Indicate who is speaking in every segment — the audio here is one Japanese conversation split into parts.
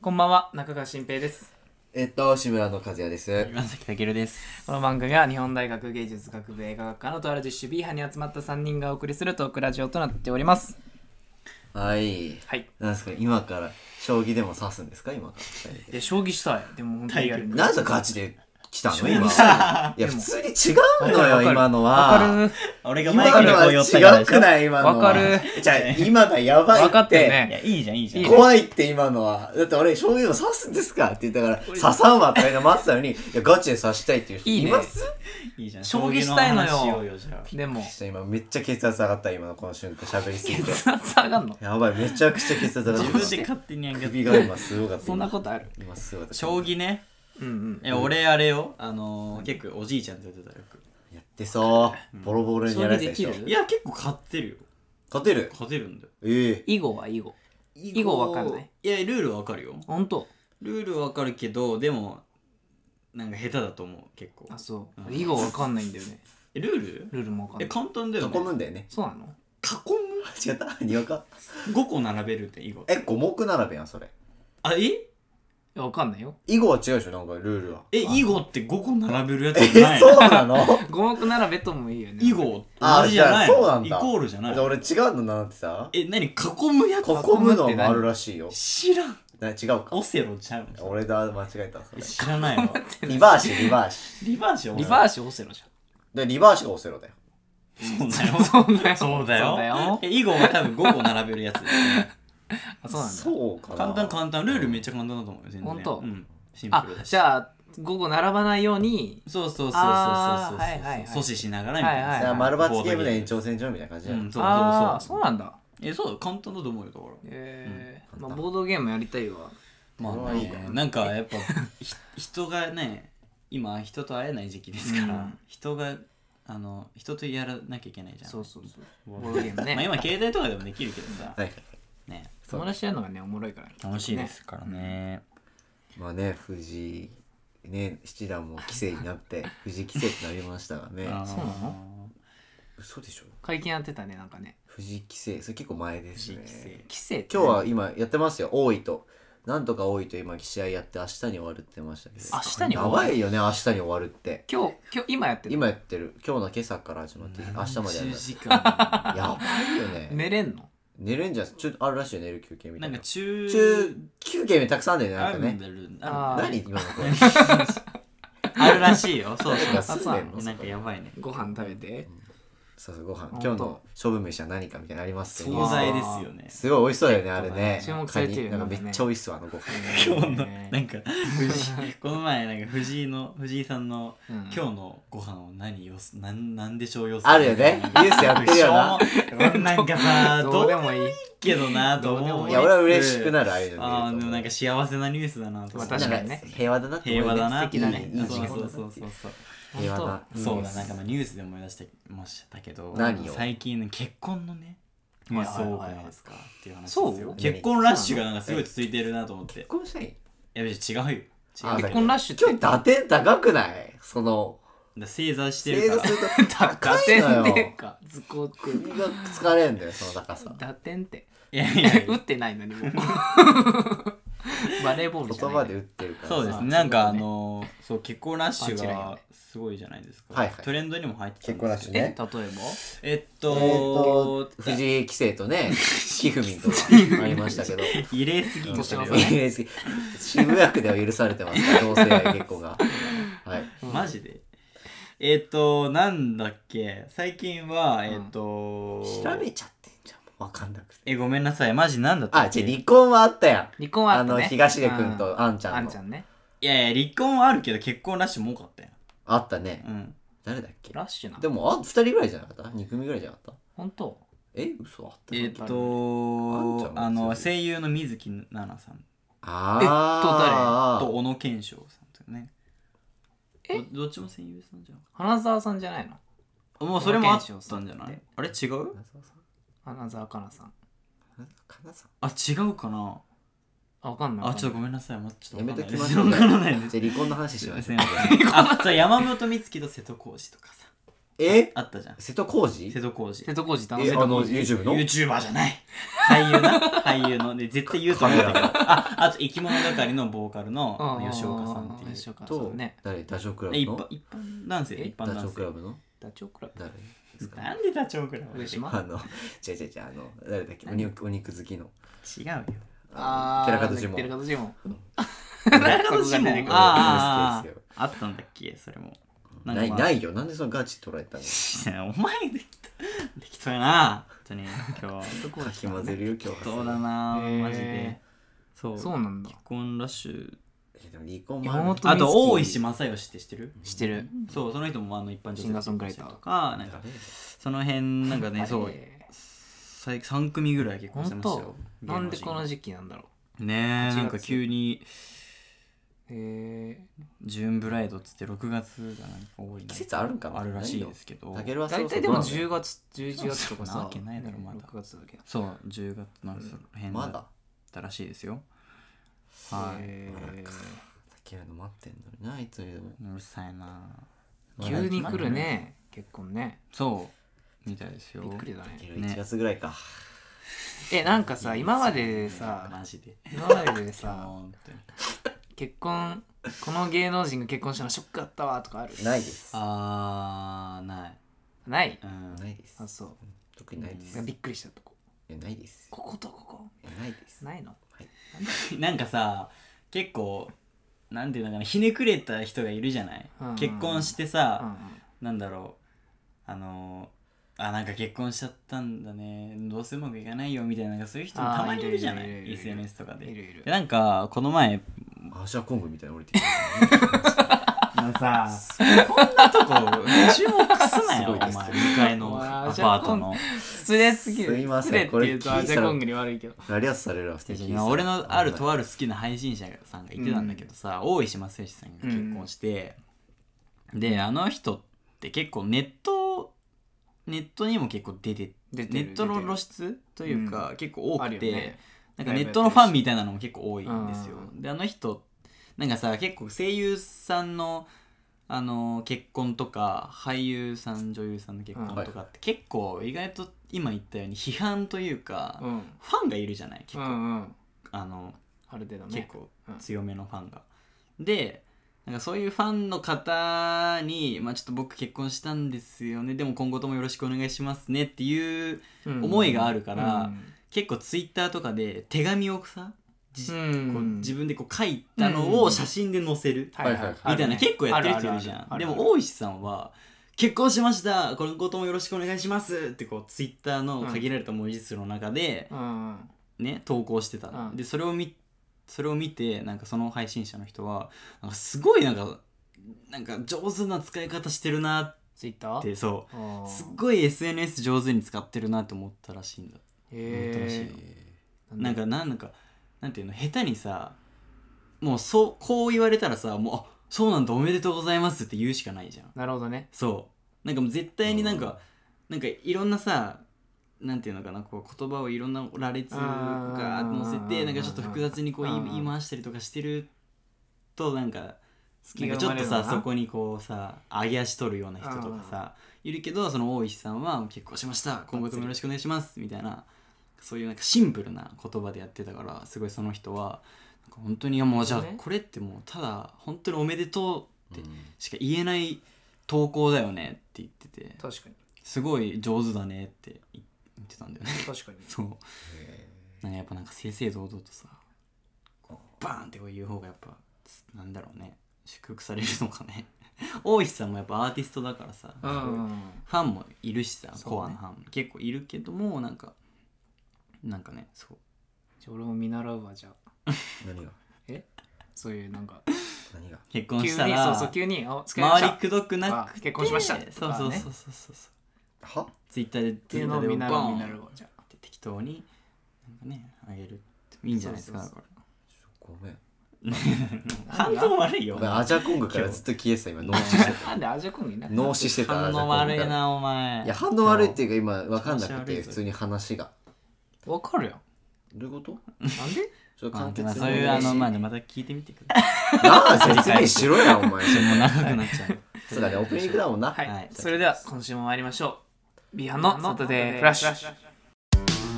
Speaker 1: こんばんは、中川新平です。
Speaker 2: えっと、志村の和也です。
Speaker 3: 岩崎健です。
Speaker 1: この番組は日本大学芸術学部映画学科のとある実習 B 派に集まった3人がお送りするトークラジオとなっております。
Speaker 2: はい。
Speaker 1: はい。
Speaker 2: なんですか、今から、将棋でも指すんですか今から。
Speaker 1: いや、将棋したい。でも、本当にリアルに。
Speaker 2: なんでガチで来たの今。いや、
Speaker 1: でも
Speaker 2: 普通に違うのよ、今の
Speaker 1: わ
Speaker 2: は。
Speaker 1: か
Speaker 3: 俺が
Speaker 2: 今
Speaker 3: 前か
Speaker 2: の
Speaker 3: らこう寄ったから
Speaker 2: は違
Speaker 3: でし
Speaker 2: く
Speaker 3: ょ。
Speaker 2: ない今のは。
Speaker 1: わかる。
Speaker 2: じゃあ、今がやばいって。
Speaker 1: わかってるね
Speaker 3: いや、いいじゃん、いいじゃん。
Speaker 2: 怖いって今のは。だって俺、将棋でも指すんですかって言ったから、刺さんわって言待ってたのに、いや、ガチで刺したいっていう人
Speaker 1: いい
Speaker 2: い
Speaker 1: ね
Speaker 2: ます
Speaker 3: いいじゃん。
Speaker 1: 将棋したいのよ
Speaker 3: 将棋話しようじゃあ
Speaker 1: る。でも、
Speaker 2: ちょっと今、めっちゃ血圧上がった、今のこの瞬間、喋りすぎて。
Speaker 1: 熱上がんの
Speaker 2: やばい、めちゃくちゃ血圧上がっ
Speaker 3: 自
Speaker 2: た。
Speaker 3: 分で勝手にやんけど
Speaker 2: 首が今すごかった。
Speaker 1: そんなことある
Speaker 2: 今すごかった。
Speaker 3: 将棋ね。
Speaker 1: うんうん。
Speaker 3: え、俺あれよ。あのー、結構おじいちゃんとやってたよよく。
Speaker 2: やってそう。ボロボロにやられてたでしょ
Speaker 1: 将棋でき。る
Speaker 3: いや、結構勝ってるよ。
Speaker 2: 勝てる
Speaker 3: 勝てるんだよ。
Speaker 2: ええ
Speaker 1: 囲碁は囲碁。囲碁わかんない
Speaker 3: いや、ルールはわかるよ。
Speaker 1: ほんと
Speaker 3: ルールはわかるけど、でも、なんか下手だと思う、結構
Speaker 1: あ、。そう。
Speaker 3: うん
Speaker 1: 囲碁わかんないんだよね。
Speaker 3: え、ルール
Speaker 1: ルールもわかんな
Speaker 3: え、
Speaker 1: い。
Speaker 3: 簡単だよ、ね。
Speaker 2: 囲
Speaker 3: 囲
Speaker 2: む
Speaker 3: む
Speaker 2: んだよね。
Speaker 1: そうなの
Speaker 2: 違った にわか
Speaker 3: ?5 個並べるって、囲碁。
Speaker 2: え、五目並べやん、それ。
Speaker 3: あ、え
Speaker 1: いやわかんないよ。
Speaker 2: 囲碁は違うでしょ、なんかルールは。
Speaker 3: え、囲碁って5個並べるやつじゃない
Speaker 2: え、
Speaker 3: の
Speaker 2: そうなの
Speaker 1: 五目並べともいいよね。
Speaker 3: 囲碁
Speaker 2: あ
Speaker 3: 同じじゃない
Speaker 2: じゃ
Speaker 3: の
Speaker 2: あそうなんだ
Speaker 3: イコールじゃない
Speaker 2: 俺違うのなんてさ、
Speaker 3: え何囲むやつ
Speaker 2: 囲むのもあるらしいよ。
Speaker 3: 知らん
Speaker 2: な違うか。
Speaker 3: オセロちゃうん
Speaker 2: 俺だ、間違えた。それ
Speaker 3: 知らないわ
Speaker 2: リバーシ、リバーシ。
Speaker 3: リバーシ
Speaker 1: リバ
Speaker 3: ー
Speaker 1: ーシオセロじ
Speaker 2: で、リバーシがオセロだよ。
Speaker 3: シそうだ
Speaker 1: ゃ
Speaker 3: よ
Speaker 1: ん。そうだよ。
Speaker 3: そ
Speaker 1: そ
Speaker 3: うだ
Speaker 1: うだよ
Speaker 3: よ。え囲碁は多分5個並べるやつですね
Speaker 1: あ、そうなんだ。
Speaker 2: そうかな。
Speaker 3: 簡単簡単ルールめっちゃ簡単だと思うよ全然
Speaker 1: ほんと
Speaker 3: うんシン
Speaker 1: あ
Speaker 3: プルだし
Speaker 1: じゃあ午後並ばないように
Speaker 3: そうそうそうそうそうそう
Speaker 1: あーはいはいはい
Speaker 3: 阻止しながらみたい
Speaker 1: はいは
Speaker 2: じゃあ、
Speaker 1: い
Speaker 3: な
Speaker 2: 丸抜ゲームで延長線上みたいな感じ
Speaker 3: う
Speaker 2: だよ。
Speaker 3: んそう
Speaker 1: ああ
Speaker 3: そ
Speaker 1: そ
Speaker 3: うそうう
Speaker 1: なんだ
Speaker 3: えそうだよ簡単だと思うよだから
Speaker 1: えー
Speaker 2: うん
Speaker 1: まあ、ボードゲームやりたいわ
Speaker 3: まあ
Speaker 2: それはいい
Speaker 3: ね
Speaker 2: ね
Speaker 3: なんかやっぱひ人がね今人と会えない時期ですから、
Speaker 1: うん
Speaker 3: 人があの人とやらなきゃいけないじゃん
Speaker 1: そうそうそう
Speaker 3: ボ
Speaker 1: ボー
Speaker 3: ー
Speaker 1: ド
Speaker 3: ド
Speaker 1: ゲ
Speaker 3: ゲ
Speaker 1: ー
Speaker 3: ー
Speaker 1: ム
Speaker 3: ム
Speaker 1: ね
Speaker 3: ね まあ今携帯とかでもできるけどさ、
Speaker 2: はい。
Speaker 3: ね
Speaker 2: そう
Speaker 1: 友達やるのがねおもろいから
Speaker 3: 楽しいですからね
Speaker 2: まあね、藤井、ね、七段も棋聖にな って、藤井棋聖ってなりましたがね。
Speaker 3: あー
Speaker 1: そうなの
Speaker 2: 嘘でしょ
Speaker 1: 会見やってたねなんかね
Speaker 2: 藤井棋聖それ結構前です
Speaker 3: 藤井棋
Speaker 2: ね
Speaker 3: 聖
Speaker 1: 棋聖
Speaker 2: 今日は今やってますよ大井となんとか大井と今試合やって明日に終わるって言ってましたけど
Speaker 1: 明日に終わる
Speaker 2: やばいよね明日に終わるって
Speaker 1: 今日今日今やってる
Speaker 2: 今やってる今日の今朝から始まって明日までやる
Speaker 3: 10時間
Speaker 2: やばいよね
Speaker 1: 寝れんの
Speaker 2: 寝るんじゃんちょっとあるらしいよ寝る休憩みた
Speaker 3: ないんか
Speaker 2: な
Speaker 3: 中
Speaker 2: 中休憩たくさんあるんだ
Speaker 3: あ
Speaker 2: よねな
Speaker 3: る
Speaker 2: ん
Speaker 3: ん
Speaker 2: かね
Speaker 3: だる
Speaker 1: あー
Speaker 3: あ
Speaker 2: 何今の声
Speaker 3: あるらしいよそう
Speaker 2: 何
Speaker 3: そ
Speaker 2: が
Speaker 3: う
Speaker 2: 住んでんの
Speaker 3: なんかやばいね
Speaker 1: ご飯食べて
Speaker 2: そうそうご飯
Speaker 1: 本当
Speaker 2: 今日の勝負飯は何かみたいなのありますけど
Speaker 3: 壮大ですよね
Speaker 2: すごい美味しそうだよねあれね
Speaker 1: 注目されてるよね
Speaker 2: カニなんかめっちゃ美味しそうあのご飯
Speaker 3: 今日の
Speaker 1: ね
Speaker 3: なんか藤井この前なんか藤井の藤井さんの
Speaker 1: うん
Speaker 3: 今日のご飯を何よすなんなんでしょうよす
Speaker 2: あるよねニュースやってるよ な
Speaker 3: しょうもなんかさ
Speaker 1: ど
Speaker 3: ど
Speaker 1: う
Speaker 3: う
Speaker 1: で
Speaker 3: で
Speaker 1: も
Speaker 3: もいい
Speaker 1: いい
Speaker 3: けどなと
Speaker 1: どうでも
Speaker 3: 思う
Speaker 2: い
Speaker 3: い
Speaker 2: や俺は嬉しくな
Speaker 3: る
Speaker 2: るああいうの
Speaker 3: あ
Speaker 2: 見ると
Speaker 3: ーでもなんか幸せなニュースだなと思って
Speaker 1: まあ確かにね
Speaker 2: 平和だなって思
Speaker 3: 平
Speaker 2: うね
Speaker 3: 和だな
Speaker 2: 素敵だね
Speaker 1: いい
Speaker 2: いい
Speaker 3: そ
Speaker 2: 時
Speaker 3: う
Speaker 2: 間
Speaker 3: そうそうそうそう
Speaker 2: 平和
Speaker 1: 本
Speaker 2: だ
Speaker 3: そうだなんかまあニュースで思い出してましたけど
Speaker 2: 何を
Speaker 3: 最近ね結婚のねニュース多くないですかっていう話です
Speaker 1: そう
Speaker 3: よ結婚ラッシュがなんかすごい続いてるなと思ってい
Speaker 2: 婚したい
Speaker 3: や別に違うよ違う
Speaker 2: あ
Speaker 1: 結婚ラッシュって
Speaker 2: 今日打点高くないその
Speaker 3: だ正座して
Speaker 2: 正座
Speaker 3: るか
Speaker 2: す
Speaker 3: ら
Speaker 2: ると高いの
Speaker 1: 打点で
Speaker 2: よ
Speaker 1: か図工って
Speaker 2: 首が疲れんだよその高さ
Speaker 1: 打点って
Speaker 3: いやいやいや
Speaker 1: 打ってないのにもうバレーボール
Speaker 2: 言
Speaker 1: じゃな
Speaker 2: 葉
Speaker 1: い
Speaker 2: で打ってるからさ
Speaker 3: そうです
Speaker 1: そう
Speaker 3: ねなんかあ
Speaker 1: そういう
Speaker 3: のーそう結婚ラッシ
Speaker 1: パンチ
Speaker 3: ュ
Speaker 1: ラインが
Speaker 3: が
Speaker 1: ね
Speaker 3: すごいじゃないですか、
Speaker 2: はいはい
Speaker 3: トレンドにも入ってたん
Speaker 2: 結婚ラッ
Speaker 3: です
Speaker 2: シ
Speaker 3: け
Speaker 2: ュ
Speaker 3: ど
Speaker 1: え例え
Speaker 2: ね
Speaker 1: ば
Speaker 3: えっ
Speaker 2: えっ
Speaker 3: と
Speaker 2: と、藤井棋聖とねひふみんとかありましたけど
Speaker 3: 入れすぎ
Speaker 2: うん
Speaker 3: と
Speaker 1: 年
Speaker 3: し
Speaker 1: の差
Speaker 3: て
Speaker 1: ね
Speaker 2: いいです渋谷区では許されてますから同性愛結構がはい
Speaker 3: マジでえっとなんだっけ最近はえっと、
Speaker 2: 調べちゃってんじゃんもう分かんなくて
Speaker 3: えごめんなさいマジなんだった
Speaker 2: あ
Speaker 3: っけ
Speaker 2: 違う離婚はあったやん
Speaker 1: 離婚はあ
Speaker 2: あ
Speaker 1: った
Speaker 2: の
Speaker 1: ね
Speaker 2: 東出君とあんち
Speaker 1: うんあ
Speaker 2: ゃん
Speaker 1: ん
Speaker 2: の
Speaker 1: ちゃんね
Speaker 3: いやいや離婚はあるけど結婚ラッシュも多かったよ
Speaker 2: あったね
Speaker 3: うん
Speaker 2: 誰だっけ
Speaker 1: ラッシュな
Speaker 2: で
Speaker 1: の
Speaker 2: もあ2人ぐらいじゃなかった2組ぐらいじゃなかった
Speaker 1: 本当
Speaker 2: え嘘あったあ
Speaker 3: えっ
Speaker 2: んち
Speaker 3: と
Speaker 2: ゃん
Speaker 3: あ
Speaker 2: も
Speaker 3: の
Speaker 2: 強い
Speaker 3: 声優の水木奈々さん
Speaker 2: あー
Speaker 3: と小野賢章さんとね
Speaker 1: え
Speaker 3: どどっちも声優さんじゃん
Speaker 1: 花澤さんじゃないの
Speaker 3: もうそれもあったんじゃないあれ違う
Speaker 2: 花澤さん
Speaker 1: 花澤香菜さん
Speaker 2: 花澤
Speaker 3: あ違うかな
Speaker 1: あわかんない
Speaker 3: あちょっと
Speaker 1: と
Speaker 3: ごめんなさいもうちょっ
Speaker 2: やめ
Speaker 3: とわか
Speaker 2: ときまし
Speaker 3: んないです
Speaker 2: ょう
Speaker 3: わからないで
Speaker 2: じ
Speaker 3: す
Speaker 2: ゃあ離婚の話し
Speaker 3: すい
Speaker 2: ま
Speaker 3: ま
Speaker 2: しょ
Speaker 3: せ
Speaker 2: うん
Speaker 3: あそう山本美月と瀬戸康史とかさ
Speaker 2: え
Speaker 3: あったじゃん
Speaker 2: 瀬戸康史
Speaker 3: 瀬戸康史
Speaker 1: 瀬戸康史楽し
Speaker 2: え
Speaker 1: い
Speaker 2: あ
Speaker 1: とこ
Speaker 2: の YouTube の
Speaker 3: YouTuber じゃない俳優な俳優ので絶対言うと思ったけどああと生き物係のボーカルの吉岡さんっていう
Speaker 1: 吉岡さ
Speaker 2: と
Speaker 1: んね
Speaker 2: 誰ダチョウ倶楽
Speaker 3: え
Speaker 2: 部
Speaker 3: 一般
Speaker 2: の
Speaker 3: 一般男性
Speaker 1: え
Speaker 3: 一般
Speaker 2: ダチョ
Speaker 3: 男
Speaker 2: ウ倶楽
Speaker 3: 性
Speaker 2: 部の
Speaker 1: ダチョウクラブ
Speaker 2: 誰ですか
Speaker 3: なんでダチョウ倶楽部
Speaker 1: 上島
Speaker 2: あの違う違う違うあの誰だっけお肉お肉好きの
Speaker 3: 違うよ
Speaker 2: あの寺門ジモン
Speaker 1: 寺門ジモン
Speaker 3: 誰かの
Speaker 1: そこが出てくる
Speaker 2: 好
Speaker 3: あ
Speaker 2: きです
Speaker 3: ああったんだっけそれも
Speaker 2: ない
Speaker 3: い
Speaker 2: ないよなんでそのガチ取られたの
Speaker 3: お前できたできたやな本当に今日
Speaker 1: 瀬戸
Speaker 2: か
Speaker 1: 康
Speaker 2: き
Speaker 1: 史
Speaker 2: 混ぜるよ今日は
Speaker 3: そうだな
Speaker 1: へー
Speaker 3: マジでそう
Speaker 1: そうなんだ
Speaker 3: 結婚ラッシュ
Speaker 2: えでも離婚も
Speaker 1: 山
Speaker 2: ある
Speaker 1: 本
Speaker 3: あ
Speaker 1: 美月
Speaker 3: と大石正義って知ってる
Speaker 1: してる
Speaker 3: そうその人もあの一般女性
Speaker 1: シンガーソングライター
Speaker 3: とかなんかその辺なんかねそう最3組ぐらい結婚してましたよ
Speaker 1: 本なんでこの時期なんだろ
Speaker 3: 期ね
Speaker 1: 8
Speaker 3: え
Speaker 1: 月
Speaker 3: なんか急に
Speaker 1: うへ
Speaker 3: ジューンブライドっつって6月がなんか多いな
Speaker 2: 季節あるんかな
Speaker 3: あるらしいですけど
Speaker 2: タケルは
Speaker 1: え
Speaker 2: そろそ
Speaker 1: 大体
Speaker 2: ろ
Speaker 1: でも
Speaker 2: どうなの
Speaker 1: 10月11月とか
Speaker 3: そんな
Speaker 1: さ
Speaker 3: わけないだろまだ
Speaker 1: 6月だけど
Speaker 3: そう10月のその辺だ
Speaker 2: ま
Speaker 3: っ
Speaker 2: だ
Speaker 3: たらしいですよ、はい
Speaker 1: へー
Speaker 2: タケルの待ってんのにないつにでも
Speaker 3: うるさいな
Speaker 1: 急に来るね結婚ね
Speaker 3: そうみたいですよ
Speaker 1: びっくりだ
Speaker 2: タケ
Speaker 1: ね
Speaker 2: ル1月ぐらいか
Speaker 1: えなんかさ今まででさ
Speaker 3: マジで
Speaker 1: 今まででさ
Speaker 3: 本当に
Speaker 1: 結婚この芸能人が結婚したのショックだったわとかある
Speaker 2: ないです
Speaker 3: あーない、
Speaker 1: ない
Speaker 3: うん、
Speaker 2: ないです
Speaker 1: あそう
Speaker 2: 特にないです
Speaker 1: びっくりしたとこ
Speaker 2: いやないです
Speaker 1: こことここ
Speaker 2: いやないです
Speaker 1: ないの
Speaker 3: なんかさ結構なんていうのかなひねくれた人がいるじゃない、
Speaker 1: うんうん
Speaker 3: 結婚して
Speaker 1: うんう
Speaker 3: さ、
Speaker 1: ん
Speaker 3: なんだろうあのあなんか結婚しちゃったんだねどうせうまくいかないよみたいななんかそういう人もたまにいるじゃな
Speaker 1: あーいるいるい
Speaker 3: い
Speaker 1: るいる
Speaker 3: SNS とかで
Speaker 1: いるいる
Speaker 3: でなんかこの前
Speaker 2: アーシャコングみたいに降りてき
Speaker 3: あのさ、こんなとこ、注目すなよ、お
Speaker 2: すごい
Speaker 3: 前。
Speaker 2: です
Speaker 3: 2階のアパートの。
Speaker 1: 失礼すぎる
Speaker 2: すいません
Speaker 1: 失礼って言う
Speaker 2: こ
Speaker 1: と
Speaker 2: れ聞
Speaker 1: ア
Speaker 2: い
Speaker 1: ジ
Speaker 2: たら
Speaker 1: ャコングに悪いけど
Speaker 2: た ラリアスされるわ普
Speaker 3: 違う
Speaker 2: 通
Speaker 3: 違う俺のあるとある好きな配信者さんが言ってたんだけどさ、大石正義さんが結婚して、で、あの人って結構ネット、ネットにも結構出て、
Speaker 1: 出て
Speaker 3: ネ
Speaker 1: る
Speaker 3: ットの露出というか、結構多
Speaker 1: ある
Speaker 3: く
Speaker 1: よ
Speaker 3: て、
Speaker 1: ね
Speaker 3: なんかネットのファンみたいなのも結構多いんですよ
Speaker 1: う。
Speaker 3: であの人なんかさ結構声優さんのあの結婚とか俳優さん女優さんの結婚とかって結構意外と今言ったように批判というか、
Speaker 1: うん
Speaker 3: ファンがいるじゃない結
Speaker 1: う
Speaker 3: 構、
Speaker 1: んうん
Speaker 3: あの
Speaker 1: ある程度ね
Speaker 3: 結構
Speaker 1: うん
Speaker 3: 強めのファンが。でなんかそういうファンの方に、まあ、ちょっと僕結婚したんですよねでも今後ともよろしくお願いしますねっていう思いがあるから結構ツイッターとかで手紙をさじ
Speaker 1: うん
Speaker 3: こう自分でこう書いたのを写真で載せる
Speaker 1: はい
Speaker 2: はい
Speaker 1: は
Speaker 2: はいい
Speaker 3: みたいな結構やってる人いるじゃんでも大石さんは「結婚しましたこのこともよろしくお願いします」ってこうツイッターの限られた文字数の中で
Speaker 1: うんうん
Speaker 3: ね投稿してたの
Speaker 1: うん
Speaker 3: でそれを見それを見てなんかその配信者の人はなんかすごいなんかなんか上手な使い方してるな
Speaker 1: ツイッター
Speaker 3: ってそ
Speaker 1: あ
Speaker 3: う
Speaker 1: ー
Speaker 3: すっごい SNS 上手に使ってるなって思ったらしいんだ
Speaker 1: へ
Speaker 3: 思ったらしい
Speaker 1: え
Speaker 3: よなんかなんかなんていうの下手にさもうそうこう言われたらさもうあそうなんだおめでとうございますって言うしかないじゃん
Speaker 1: なるほどね
Speaker 3: そうなんかもう絶対になんか、なんかいろんなさなんていうのかなこう言葉をいろんな羅列が載せ
Speaker 1: う
Speaker 3: て
Speaker 1: ん
Speaker 3: なんかちょっと複雑にこう言い
Speaker 1: うん
Speaker 3: 言い回したりとかしてるとなんか
Speaker 1: 隙
Speaker 3: な
Speaker 1: が
Speaker 3: んかち
Speaker 1: 生
Speaker 3: ょ
Speaker 1: ま
Speaker 3: っ
Speaker 1: れ
Speaker 3: と
Speaker 1: るのか
Speaker 3: さ
Speaker 1: な
Speaker 3: そこにこうさ上げ足取るような人とかさいるけどその大石さんは「結婚しました今後ともよろしくお願いします」みたいなそういうなんかシンプルな言葉でやってたからすごいその人はなんか本当にもうじゃあ
Speaker 1: そうね
Speaker 3: これってもうただ本当におめでとうって
Speaker 2: うん
Speaker 3: しか言えない投稿だよねって言ってて
Speaker 1: 確かに
Speaker 3: すごい上手だねって言ってたんだよね
Speaker 1: 確かに
Speaker 3: そうなんかやっぱなんか正々堂々とさこうバーンってこう言う方がやっぱつなんだろうね祝福されるのかね 大石さんもやっぱアーティストだからさ、
Speaker 1: うんうんうん
Speaker 3: ファンもいるしさ、
Speaker 1: そうね
Speaker 3: コアのファンも結構いるけどもなんかなんかねそう
Speaker 1: じゃあ俺も見習うわじゃあ
Speaker 2: 何が
Speaker 1: そういうなん か
Speaker 2: 何が
Speaker 3: 結
Speaker 1: 急
Speaker 3: 婚
Speaker 1: に
Speaker 3: した
Speaker 1: そう
Speaker 3: ら
Speaker 1: そう急にあ付き合いまし
Speaker 3: 周
Speaker 1: た
Speaker 3: りくどくなく
Speaker 1: あ
Speaker 3: て
Speaker 1: 結婚しましたと
Speaker 3: そうそ
Speaker 1: か
Speaker 3: う
Speaker 1: ね
Speaker 3: そうそうそうそう
Speaker 2: は
Speaker 3: ツイッターで
Speaker 1: っていうのを見習う見習うわじゃあ
Speaker 3: って適当になんかねあげるっていいんじゃないですか
Speaker 1: そう
Speaker 3: だか
Speaker 2: ごめん
Speaker 3: ら反応悪いよ
Speaker 2: ごめんアジャコングからずっと消えてた今脳死して
Speaker 1: なんでアジャコングいな
Speaker 2: た
Speaker 1: く
Speaker 2: 脳死してた
Speaker 3: 反
Speaker 2: アジャコ
Speaker 3: 応
Speaker 2: ングから
Speaker 3: 悪いなお前
Speaker 2: いや反応悪いっていうか今分かんな
Speaker 3: 調
Speaker 2: く
Speaker 3: 子悪い
Speaker 2: て
Speaker 3: ぞ
Speaker 2: 普通に話が
Speaker 1: わかるやん
Speaker 2: どういうこと
Speaker 1: なんで
Speaker 2: ちょっと
Speaker 3: ま
Speaker 2: 簡
Speaker 3: あで
Speaker 2: 潔
Speaker 3: も
Speaker 2: に
Speaker 3: そういうあのま あ
Speaker 2: な
Speaker 3: また聞いてみてください
Speaker 2: あ 説明しろやお前
Speaker 3: 長くなっちゃう
Speaker 2: そうだね、オープニングだもんな。
Speaker 1: はい、
Speaker 3: はい
Speaker 1: それでは今週も参りましょう B 班のサタデーフラッシュ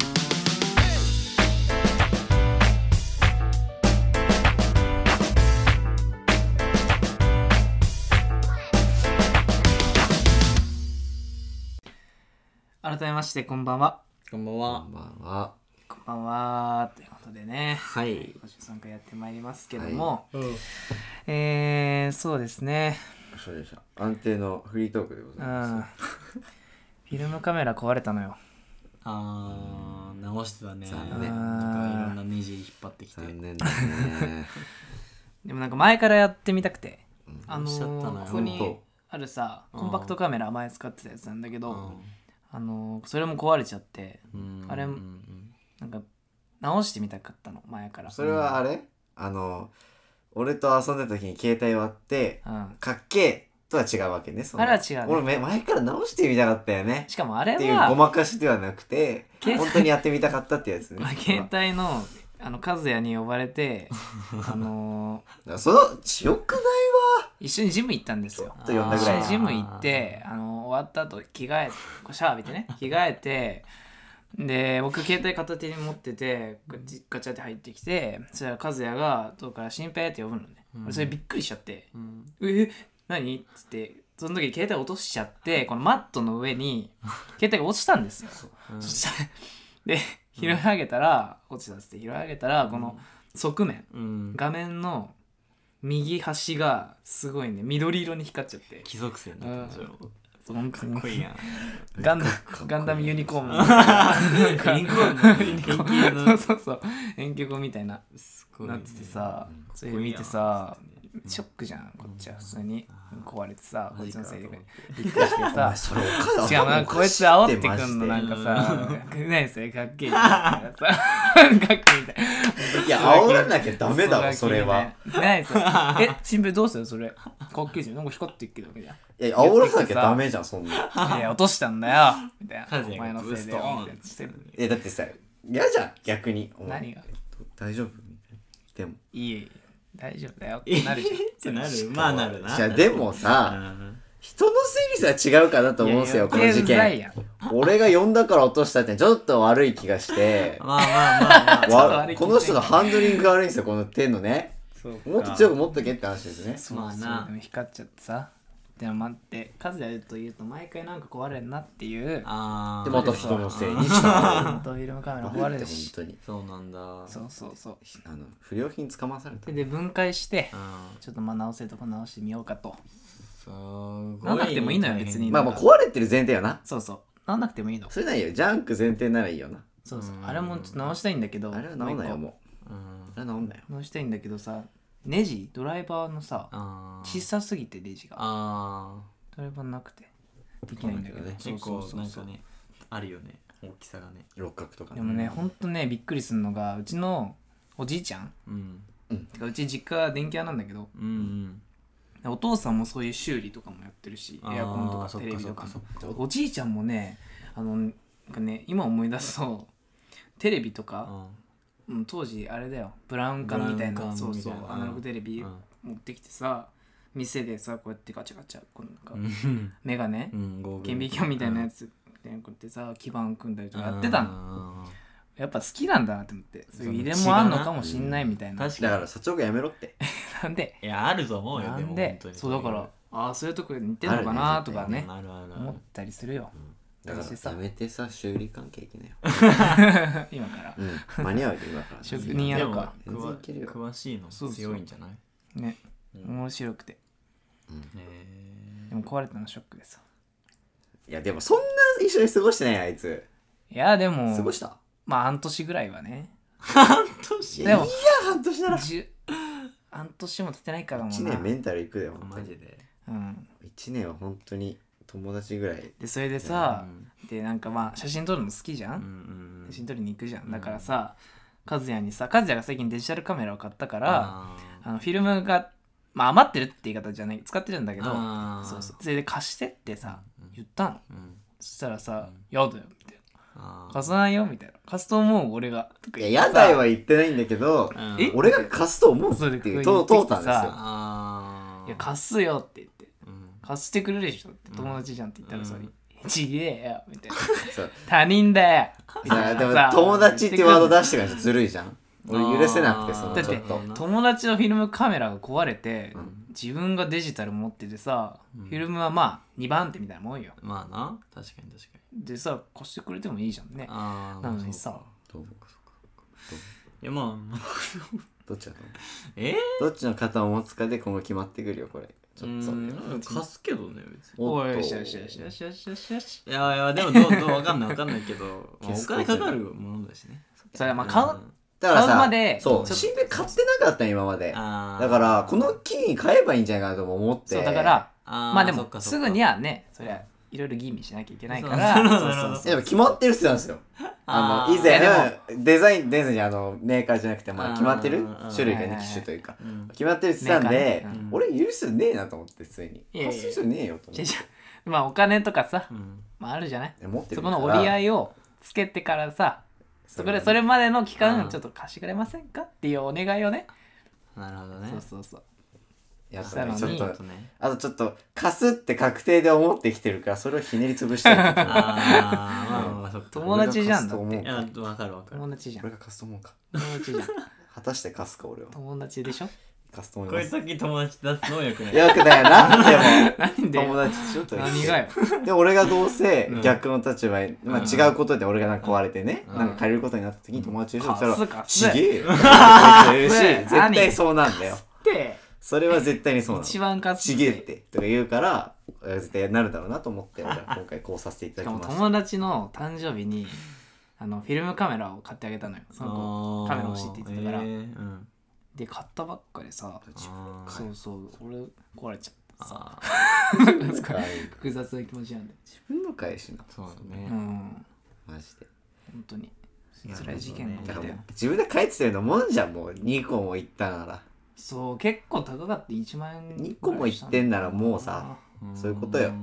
Speaker 1: 改めましてこんばんは
Speaker 3: こんばんは
Speaker 2: こんばんは。
Speaker 1: こんばんはということでね
Speaker 3: はい
Speaker 1: 53回やってまいりますけども、えー、そうですね
Speaker 2: そうでした。安定のフリートークでござ
Speaker 1: う
Speaker 2: い
Speaker 1: ん
Speaker 2: ま
Speaker 1: フィルムカメラ壊れたのよ
Speaker 3: あー直してたね
Speaker 2: 残
Speaker 1: 念
Speaker 3: なんかいろんなネジ引っ張ってき
Speaker 2: す。
Speaker 3: て
Speaker 2: 残念ですね。
Speaker 1: でもなんか前からやってみたくて、
Speaker 2: うん
Speaker 1: あの
Speaker 3: しちゃった
Speaker 1: ー
Speaker 3: な
Speaker 1: ここに
Speaker 2: 本
Speaker 1: あるさ
Speaker 3: うん
Speaker 1: コンパクトカメラ前使ってたやつなんだけど、
Speaker 3: うん
Speaker 1: あのーそれも壊れちゃって
Speaker 3: うん
Speaker 1: あれ
Speaker 3: うんうん
Speaker 1: なんか直してみたかったの前から
Speaker 2: それはあれあの、俺と遊んでた時に携帯割って、
Speaker 1: うん
Speaker 2: かっけーとは違うわけね。その
Speaker 1: あれは違うね
Speaker 2: 俺め前から直してみたかったよね。
Speaker 1: しかもあれ
Speaker 2: っていうご
Speaker 1: は、
Speaker 2: まかしではなくて、
Speaker 1: 携帯
Speaker 2: 本当にやってみたかったってやつね
Speaker 1: まあ。携帯のあの和也に呼ばれてあのー
Speaker 2: 帯。その、強くない
Speaker 1: 一緒にジム行ったんですよ
Speaker 2: ちょっと呼んだぐら
Speaker 1: 一緒
Speaker 2: い
Speaker 1: にジム行ってあの終わった後着替えこうシャワー浴びて ね着替えてで僕携帯片手に持っててこうじガチャって入ってきてそしたら和也が遠くから「新平」って呼ぶのね、
Speaker 3: うん
Speaker 1: 俺それびっくりしちゃって
Speaker 3: うん
Speaker 1: 「え何?」っつってその時携帯落としちゃってこのマットの上 に携帯が落ちたんですよ
Speaker 3: うん
Speaker 1: そしたらで拾い上げたら落ちたっつって拾い上げたらこの側面
Speaker 3: うん
Speaker 1: 画面の右端がすごいね緑色に光っちゃって
Speaker 3: 貴族性になったでしょ
Speaker 1: 本当に
Speaker 3: かっこいいやん
Speaker 1: ガンダム
Speaker 2: こいい
Speaker 1: ガンダムユニコーン
Speaker 3: ユニコーンの
Speaker 1: ユニコーン
Speaker 3: ユニコーンの
Speaker 1: そうそうそう遠曲みたいな
Speaker 3: すごいね
Speaker 1: なっててさそれ
Speaker 3: かっこ
Speaker 1: 見
Speaker 3: いいやん
Speaker 1: てさ
Speaker 3: うん
Speaker 1: ショックじゃんこっちは普通に
Speaker 3: うん
Speaker 1: 壊れてさこ
Speaker 3: マ
Speaker 1: っ
Speaker 3: ジ
Speaker 1: ち
Speaker 3: か
Speaker 1: のせいでびっくりしてさ
Speaker 2: それお
Speaker 1: 違うなんかこいつ煽ってくんのなん
Speaker 2: か
Speaker 1: かさ「何それかっけえ」みたいな さかっけえみたい
Speaker 2: いや煽らなきゃダメだろそれは
Speaker 1: な何それえ新聞どうしたのそれかっけえじゃんなんか光ってっけどみたいない
Speaker 2: や煽らなきゃダメじゃんそんない
Speaker 1: や落としたんだよみたい
Speaker 3: カ
Speaker 1: な
Speaker 3: ズ
Speaker 1: お
Speaker 3: ヤ
Speaker 1: 前
Speaker 3: が
Speaker 1: の
Speaker 3: ブー
Speaker 1: せい
Speaker 3: ス
Speaker 1: で
Speaker 3: トオンって
Speaker 1: みたいな
Speaker 2: やだってさ嫌じゃん逆にお前
Speaker 1: 何が
Speaker 2: 大丈夫みたいなでも
Speaker 1: いえいえ大丈夫だよってなるじゃん
Speaker 3: ってなるまあなるな
Speaker 2: じゃあでもさ人のせいにさ違うかなと思うんすよこの事
Speaker 1: いやい
Speaker 2: 件
Speaker 1: やうざいやん
Speaker 2: 俺が呼んだから落としたってちょっと悪い気がして
Speaker 3: まあまあまあまあ
Speaker 1: ちょっと悪い気がして
Speaker 2: わこの人のハンドリングが悪いんですよこの手のねもっと強く持っとけって話ですね
Speaker 1: そう
Speaker 3: まあ
Speaker 1: そう
Speaker 3: な
Speaker 1: でも光っちゃってさでも待って和也と言うと毎回なんか壊れるなっていう
Speaker 3: あ
Speaker 2: で
Speaker 3: ー
Speaker 2: また人のせいにし
Speaker 1: フ
Speaker 2: た
Speaker 1: ィルムカメラ
Speaker 2: 悪
Speaker 1: 壊れ
Speaker 2: いって
Speaker 1: る
Speaker 2: 本
Speaker 1: し
Speaker 2: 当に
Speaker 3: そうなんだ
Speaker 1: そうそうそう
Speaker 2: あの不良品捕まされた
Speaker 1: でで分解して
Speaker 3: うん
Speaker 1: ちょっとまあ直せるとこ直してみようかと
Speaker 3: すごい
Speaker 1: なんなくてもいいのよ別に
Speaker 2: まあまあ壊れてる前提よな。
Speaker 1: そうそう直んなくてもいいの
Speaker 2: それないよ。ジャンク前提ならいいよな。
Speaker 1: そうそう
Speaker 3: うん
Speaker 1: あれもちょっと直したいんだけど
Speaker 2: あれは直んなよ、
Speaker 1: もう
Speaker 2: も
Speaker 3: うん
Speaker 2: う。あれは直んなよ
Speaker 1: 一。個直したいんだけどさネジドライバーのさ
Speaker 3: あ
Speaker 1: 小
Speaker 3: ー
Speaker 1: さすぎてネジが
Speaker 3: あ
Speaker 1: ドライバーなくてできないんだけど
Speaker 2: そうなんだよね
Speaker 3: ー結構
Speaker 1: そう
Speaker 3: なん
Speaker 1: そうそう
Speaker 3: かねあるよね大きさがね
Speaker 2: 六角とか
Speaker 1: でもねほんとねびっくりするのがうちのおじいちゃん
Speaker 3: うん
Speaker 1: てかうち実家は電気屋なんだけど
Speaker 3: うんうん
Speaker 1: お父さんもそういう修理とかもやってるし
Speaker 3: あー
Speaker 1: エアコンと
Speaker 3: そ
Speaker 1: か
Speaker 3: っ
Speaker 1: テ
Speaker 3: か
Speaker 1: レビとか
Speaker 3: そっかそ
Speaker 1: おじいちゃんもねあのなんかね今思い出すとテレビとか、うん当時あれだよブラウン管みたい
Speaker 3: ブラウ
Speaker 1: な
Speaker 3: ン管
Speaker 1: そう
Speaker 3: みた
Speaker 1: そ
Speaker 3: いうな
Speaker 1: アナログテレビ
Speaker 3: うん
Speaker 1: 持ってきてさ店でさこうやってガチャガチャこのなんか
Speaker 3: うん
Speaker 1: メガネ
Speaker 3: うんゴーグル
Speaker 1: 顕微鏡みたいなやつでこうやってさ基板組んだりとかやってたの
Speaker 3: の
Speaker 1: やっぱ好きなんだなって思ってそういう
Speaker 3: その
Speaker 1: 遺伝もあんのかもしんないみたいな
Speaker 3: 確
Speaker 2: だ
Speaker 3: か
Speaker 2: から社長がやめろって。
Speaker 1: なんで
Speaker 3: にいやあると思うよ
Speaker 1: な
Speaker 3: で
Speaker 1: ん
Speaker 3: も本
Speaker 1: で
Speaker 3: 当に
Speaker 1: そうだからああそういうとこ似てんのかなとかね
Speaker 3: あるあるあ
Speaker 1: 思っ
Speaker 3: る
Speaker 1: たりするよ
Speaker 2: だか
Speaker 1: 私
Speaker 2: ら
Speaker 1: さ
Speaker 2: やめてさ、修理関係いけ ないよ。
Speaker 1: 今から
Speaker 2: うん。間に合うよ、今から。
Speaker 1: 職人や
Speaker 3: で
Speaker 1: ろう
Speaker 3: も
Speaker 1: か
Speaker 2: 全然いけるよ
Speaker 3: 詳しいの
Speaker 1: そうそう
Speaker 3: 強いんじゃない
Speaker 1: ね
Speaker 3: うん
Speaker 1: 面白くて
Speaker 3: え
Speaker 1: でも壊れたのショックでさ
Speaker 2: いや、でもそんな一緒に過ごしてないあいつ。
Speaker 1: いやでも
Speaker 2: 過ごした
Speaker 1: まあ半年ぐらいはね
Speaker 2: い
Speaker 1: で
Speaker 2: や、い
Speaker 1: も
Speaker 2: や半年なら。
Speaker 1: じゅ半年も経ってないからも
Speaker 2: 1
Speaker 1: な
Speaker 2: 年メンタルいくだよ、本当
Speaker 3: マ
Speaker 2: に。
Speaker 3: ジで
Speaker 1: うん、
Speaker 2: 1年は本当に友達ぐらい。
Speaker 1: でそれで
Speaker 3: う
Speaker 1: さ、
Speaker 3: ん
Speaker 1: でなんかまあ写真撮るの好きじゃ、
Speaker 3: うんんうん
Speaker 1: 写真撮りに行くじゃんだからさ、和也にさ和也が最近デジタルカメラを買ったからあ
Speaker 3: あー
Speaker 1: のフィルムが、まあ、余ってるって言い方じゃない使ってるんだけど
Speaker 3: あー
Speaker 1: そうそうそれで貸してってさ
Speaker 3: うん
Speaker 1: 言ったの
Speaker 3: うん
Speaker 1: そしたらさ
Speaker 3: うん
Speaker 1: 「やだよ」みたいな
Speaker 3: あ
Speaker 1: 「
Speaker 3: ー
Speaker 1: 貸さないよ」みたいな「貸すと思う俺が」とか
Speaker 2: いや、
Speaker 1: って
Speaker 2: やだよは言ってないんだけど、
Speaker 3: うん
Speaker 1: え
Speaker 2: 俺が貸すと思うっていう、とうとうたんです
Speaker 1: そう
Speaker 2: よ。
Speaker 1: で
Speaker 3: あー
Speaker 1: いや貸すよって言って
Speaker 3: うん
Speaker 1: 「貸してくれるでしょって友達じゃんって言ったらさ、
Speaker 3: うん
Speaker 1: ちげえよみたいな
Speaker 2: そう
Speaker 1: 他人 だよみた
Speaker 2: さ
Speaker 1: い
Speaker 2: でも
Speaker 1: なさ
Speaker 2: 友達ってワード出してからずるいじゃん俺許せなくて
Speaker 3: あー
Speaker 2: その
Speaker 1: だっ
Speaker 2: ち
Speaker 1: て
Speaker 2: ょっと
Speaker 1: 友達のフィルムカメラが壊れて、
Speaker 2: ん
Speaker 1: 自分がデジタル持っててさ、
Speaker 3: うん
Speaker 1: フィルムはまあ2番手みたいなもんよ
Speaker 3: まあな確かに確かに
Speaker 1: でさ貸してくれてもいいじゃんね
Speaker 3: ああ
Speaker 1: なのにさ
Speaker 2: どう
Speaker 3: いやまあ
Speaker 2: どっちだと思う
Speaker 3: え
Speaker 2: どっちの肩を持つかで今後決まってくるよこれち
Speaker 3: う
Speaker 2: ょ
Speaker 3: ー
Speaker 2: っとそうん
Speaker 3: 貸すけどね別に
Speaker 1: お
Speaker 2: っ
Speaker 1: い
Speaker 2: と
Speaker 1: よしよしよしよしよしよしよし
Speaker 3: いやいやでもどうどうわかんないわかんないけど、まあ、
Speaker 2: 消
Speaker 3: お
Speaker 2: すこと
Speaker 3: 金かかるものだしね
Speaker 1: それはまあ買う
Speaker 3: うん
Speaker 2: だから
Speaker 1: 買うま
Speaker 2: さ
Speaker 1: で
Speaker 2: そ
Speaker 1: ち
Speaker 2: う
Speaker 1: ょっと
Speaker 2: 新聞買ってなかったの今まで
Speaker 3: あー
Speaker 2: だからこの機に買えばいいんじゃないかなとも思って
Speaker 1: そうだから
Speaker 3: あー
Speaker 1: まあで
Speaker 3: そっ
Speaker 1: も
Speaker 3: かそっか
Speaker 1: すぐにはねそりゃいろいろ吟味しなきゃいけないから
Speaker 3: そう
Speaker 1: そうそう
Speaker 2: いやでも決まってる人なんですよあ
Speaker 3: ー
Speaker 2: の以前
Speaker 1: いや
Speaker 2: デザインデザインにあのメーカーじゃなくてま
Speaker 3: あ
Speaker 2: あ
Speaker 3: ー
Speaker 2: 決まってる
Speaker 3: あー
Speaker 2: 種類が
Speaker 1: はい
Speaker 2: ね
Speaker 1: はいはい
Speaker 2: 機種というか
Speaker 3: うん
Speaker 2: 決まってるって言ってたんで、
Speaker 1: メーカーね
Speaker 3: うん
Speaker 2: 俺許す人ねえなと思ってついに
Speaker 1: いやいや
Speaker 2: 貸す人ねえよと思
Speaker 1: じゃ
Speaker 2: っ
Speaker 1: じゃ まあお金とかさ
Speaker 3: う、ん
Speaker 1: まあ、あるじゃない
Speaker 2: て持って
Speaker 1: そ
Speaker 2: る
Speaker 1: この折り合
Speaker 2: い
Speaker 1: いをつけてからさそこでそれまでの期間ちょっと貸してくれませんかっていうお願いをね
Speaker 3: なるほどね
Speaker 1: そうそうそう
Speaker 2: やっぱね
Speaker 1: し
Speaker 2: ち
Speaker 1: た
Speaker 2: ょ
Speaker 1: のに
Speaker 2: っと
Speaker 3: とね
Speaker 2: あとちょっと貸すって確定で思ってきてるからそれをひねり 潰してる
Speaker 3: あーま あまあまあそっか
Speaker 1: 友達じゃんだって
Speaker 2: 俺
Speaker 3: い
Speaker 2: が
Speaker 3: や
Speaker 2: 貸すと思うか
Speaker 3: わかるわかる
Speaker 1: 友達じゃん
Speaker 2: 俺が貸すと思うか
Speaker 1: 友達じゃん
Speaker 2: 果たして貸すか俺は
Speaker 1: 友達でしょ
Speaker 2: 貸すと思い
Speaker 3: こ
Speaker 2: うま
Speaker 3: いう
Speaker 2: す
Speaker 3: 時友達出す能力ね
Speaker 2: よくないな
Speaker 1: 何
Speaker 2: でも
Speaker 1: で
Speaker 2: 友達でしょと
Speaker 1: 何がよ
Speaker 2: で俺がどうせ
Speaker 3: うん
Speaker 2: 逆の立場に、まあ、違うことで俺がなんか壊れてね、
Speaker 3: うん
Speaker 2: なんか借りることになった時に友達と言う
Speaker 1: 貸す
Speaker 2: ら「
Speaker 1: 貸
Speaker 2: ち
Speaker 1: す
Speaker 2: げえよ」って言うし
Speaker 1: 貸す
Speaker 2: 絶対そうなんだよ
Speaker 1: って
Speaker 2: それは絶対にそうな
Speaker 1: 一
Speaker 2: の
Speaker 1: 番
Speaker 2: 「
Speaker 1: 勝つ
Speaker 2: ちげえ」ってとか言うから俺は絶対なるだろうなと思って俺は今回こうさせていた
Speaker 1: し
Speaker 2: だ
Speaker 1: か
Speaker 2: き
Speaker 1: も
Speaker 2: ました
Speaker 1: 友達の誕生日にあのフィルムカメラを買ってあげたのよその子
Speaker 3: あー
Speaker 1: カメラ欲しいって言ってたから
Speaker 3: えーうん
Speaker 1: で買ったばっかでさ
Speaker 3: あー
Speaker 1: そうそう俺壊れちゃったさ
Speaker 3: あ
Speaker 2: 自分の会
Speaker 1: 複雑な気持ちなんだよ
Speaker 2: 自分の会しな
Speaker 3: ーそうだ
Speaker 1: う
Speaker 3: ね
Speaker 1: ん
Speaker 2: マジで
Speaker 1: 本当に
Speaker 3: いや
Speaker 1: 辛い事件が起
Speaker 2: だ
Speaker 1: き
Speaker 2: か
Speaker 1: た
Speaker 2: ら
Speaker 1: よ
Speaker 2: もう自分で帰ってたようなもんじゃんもう2個も行ったなら
Speaker 1: そう結構高かって1万円
Speaker 2: 2個も行ってんならもうさそういうことよ
Speaker 1: そう
Speaker 3: う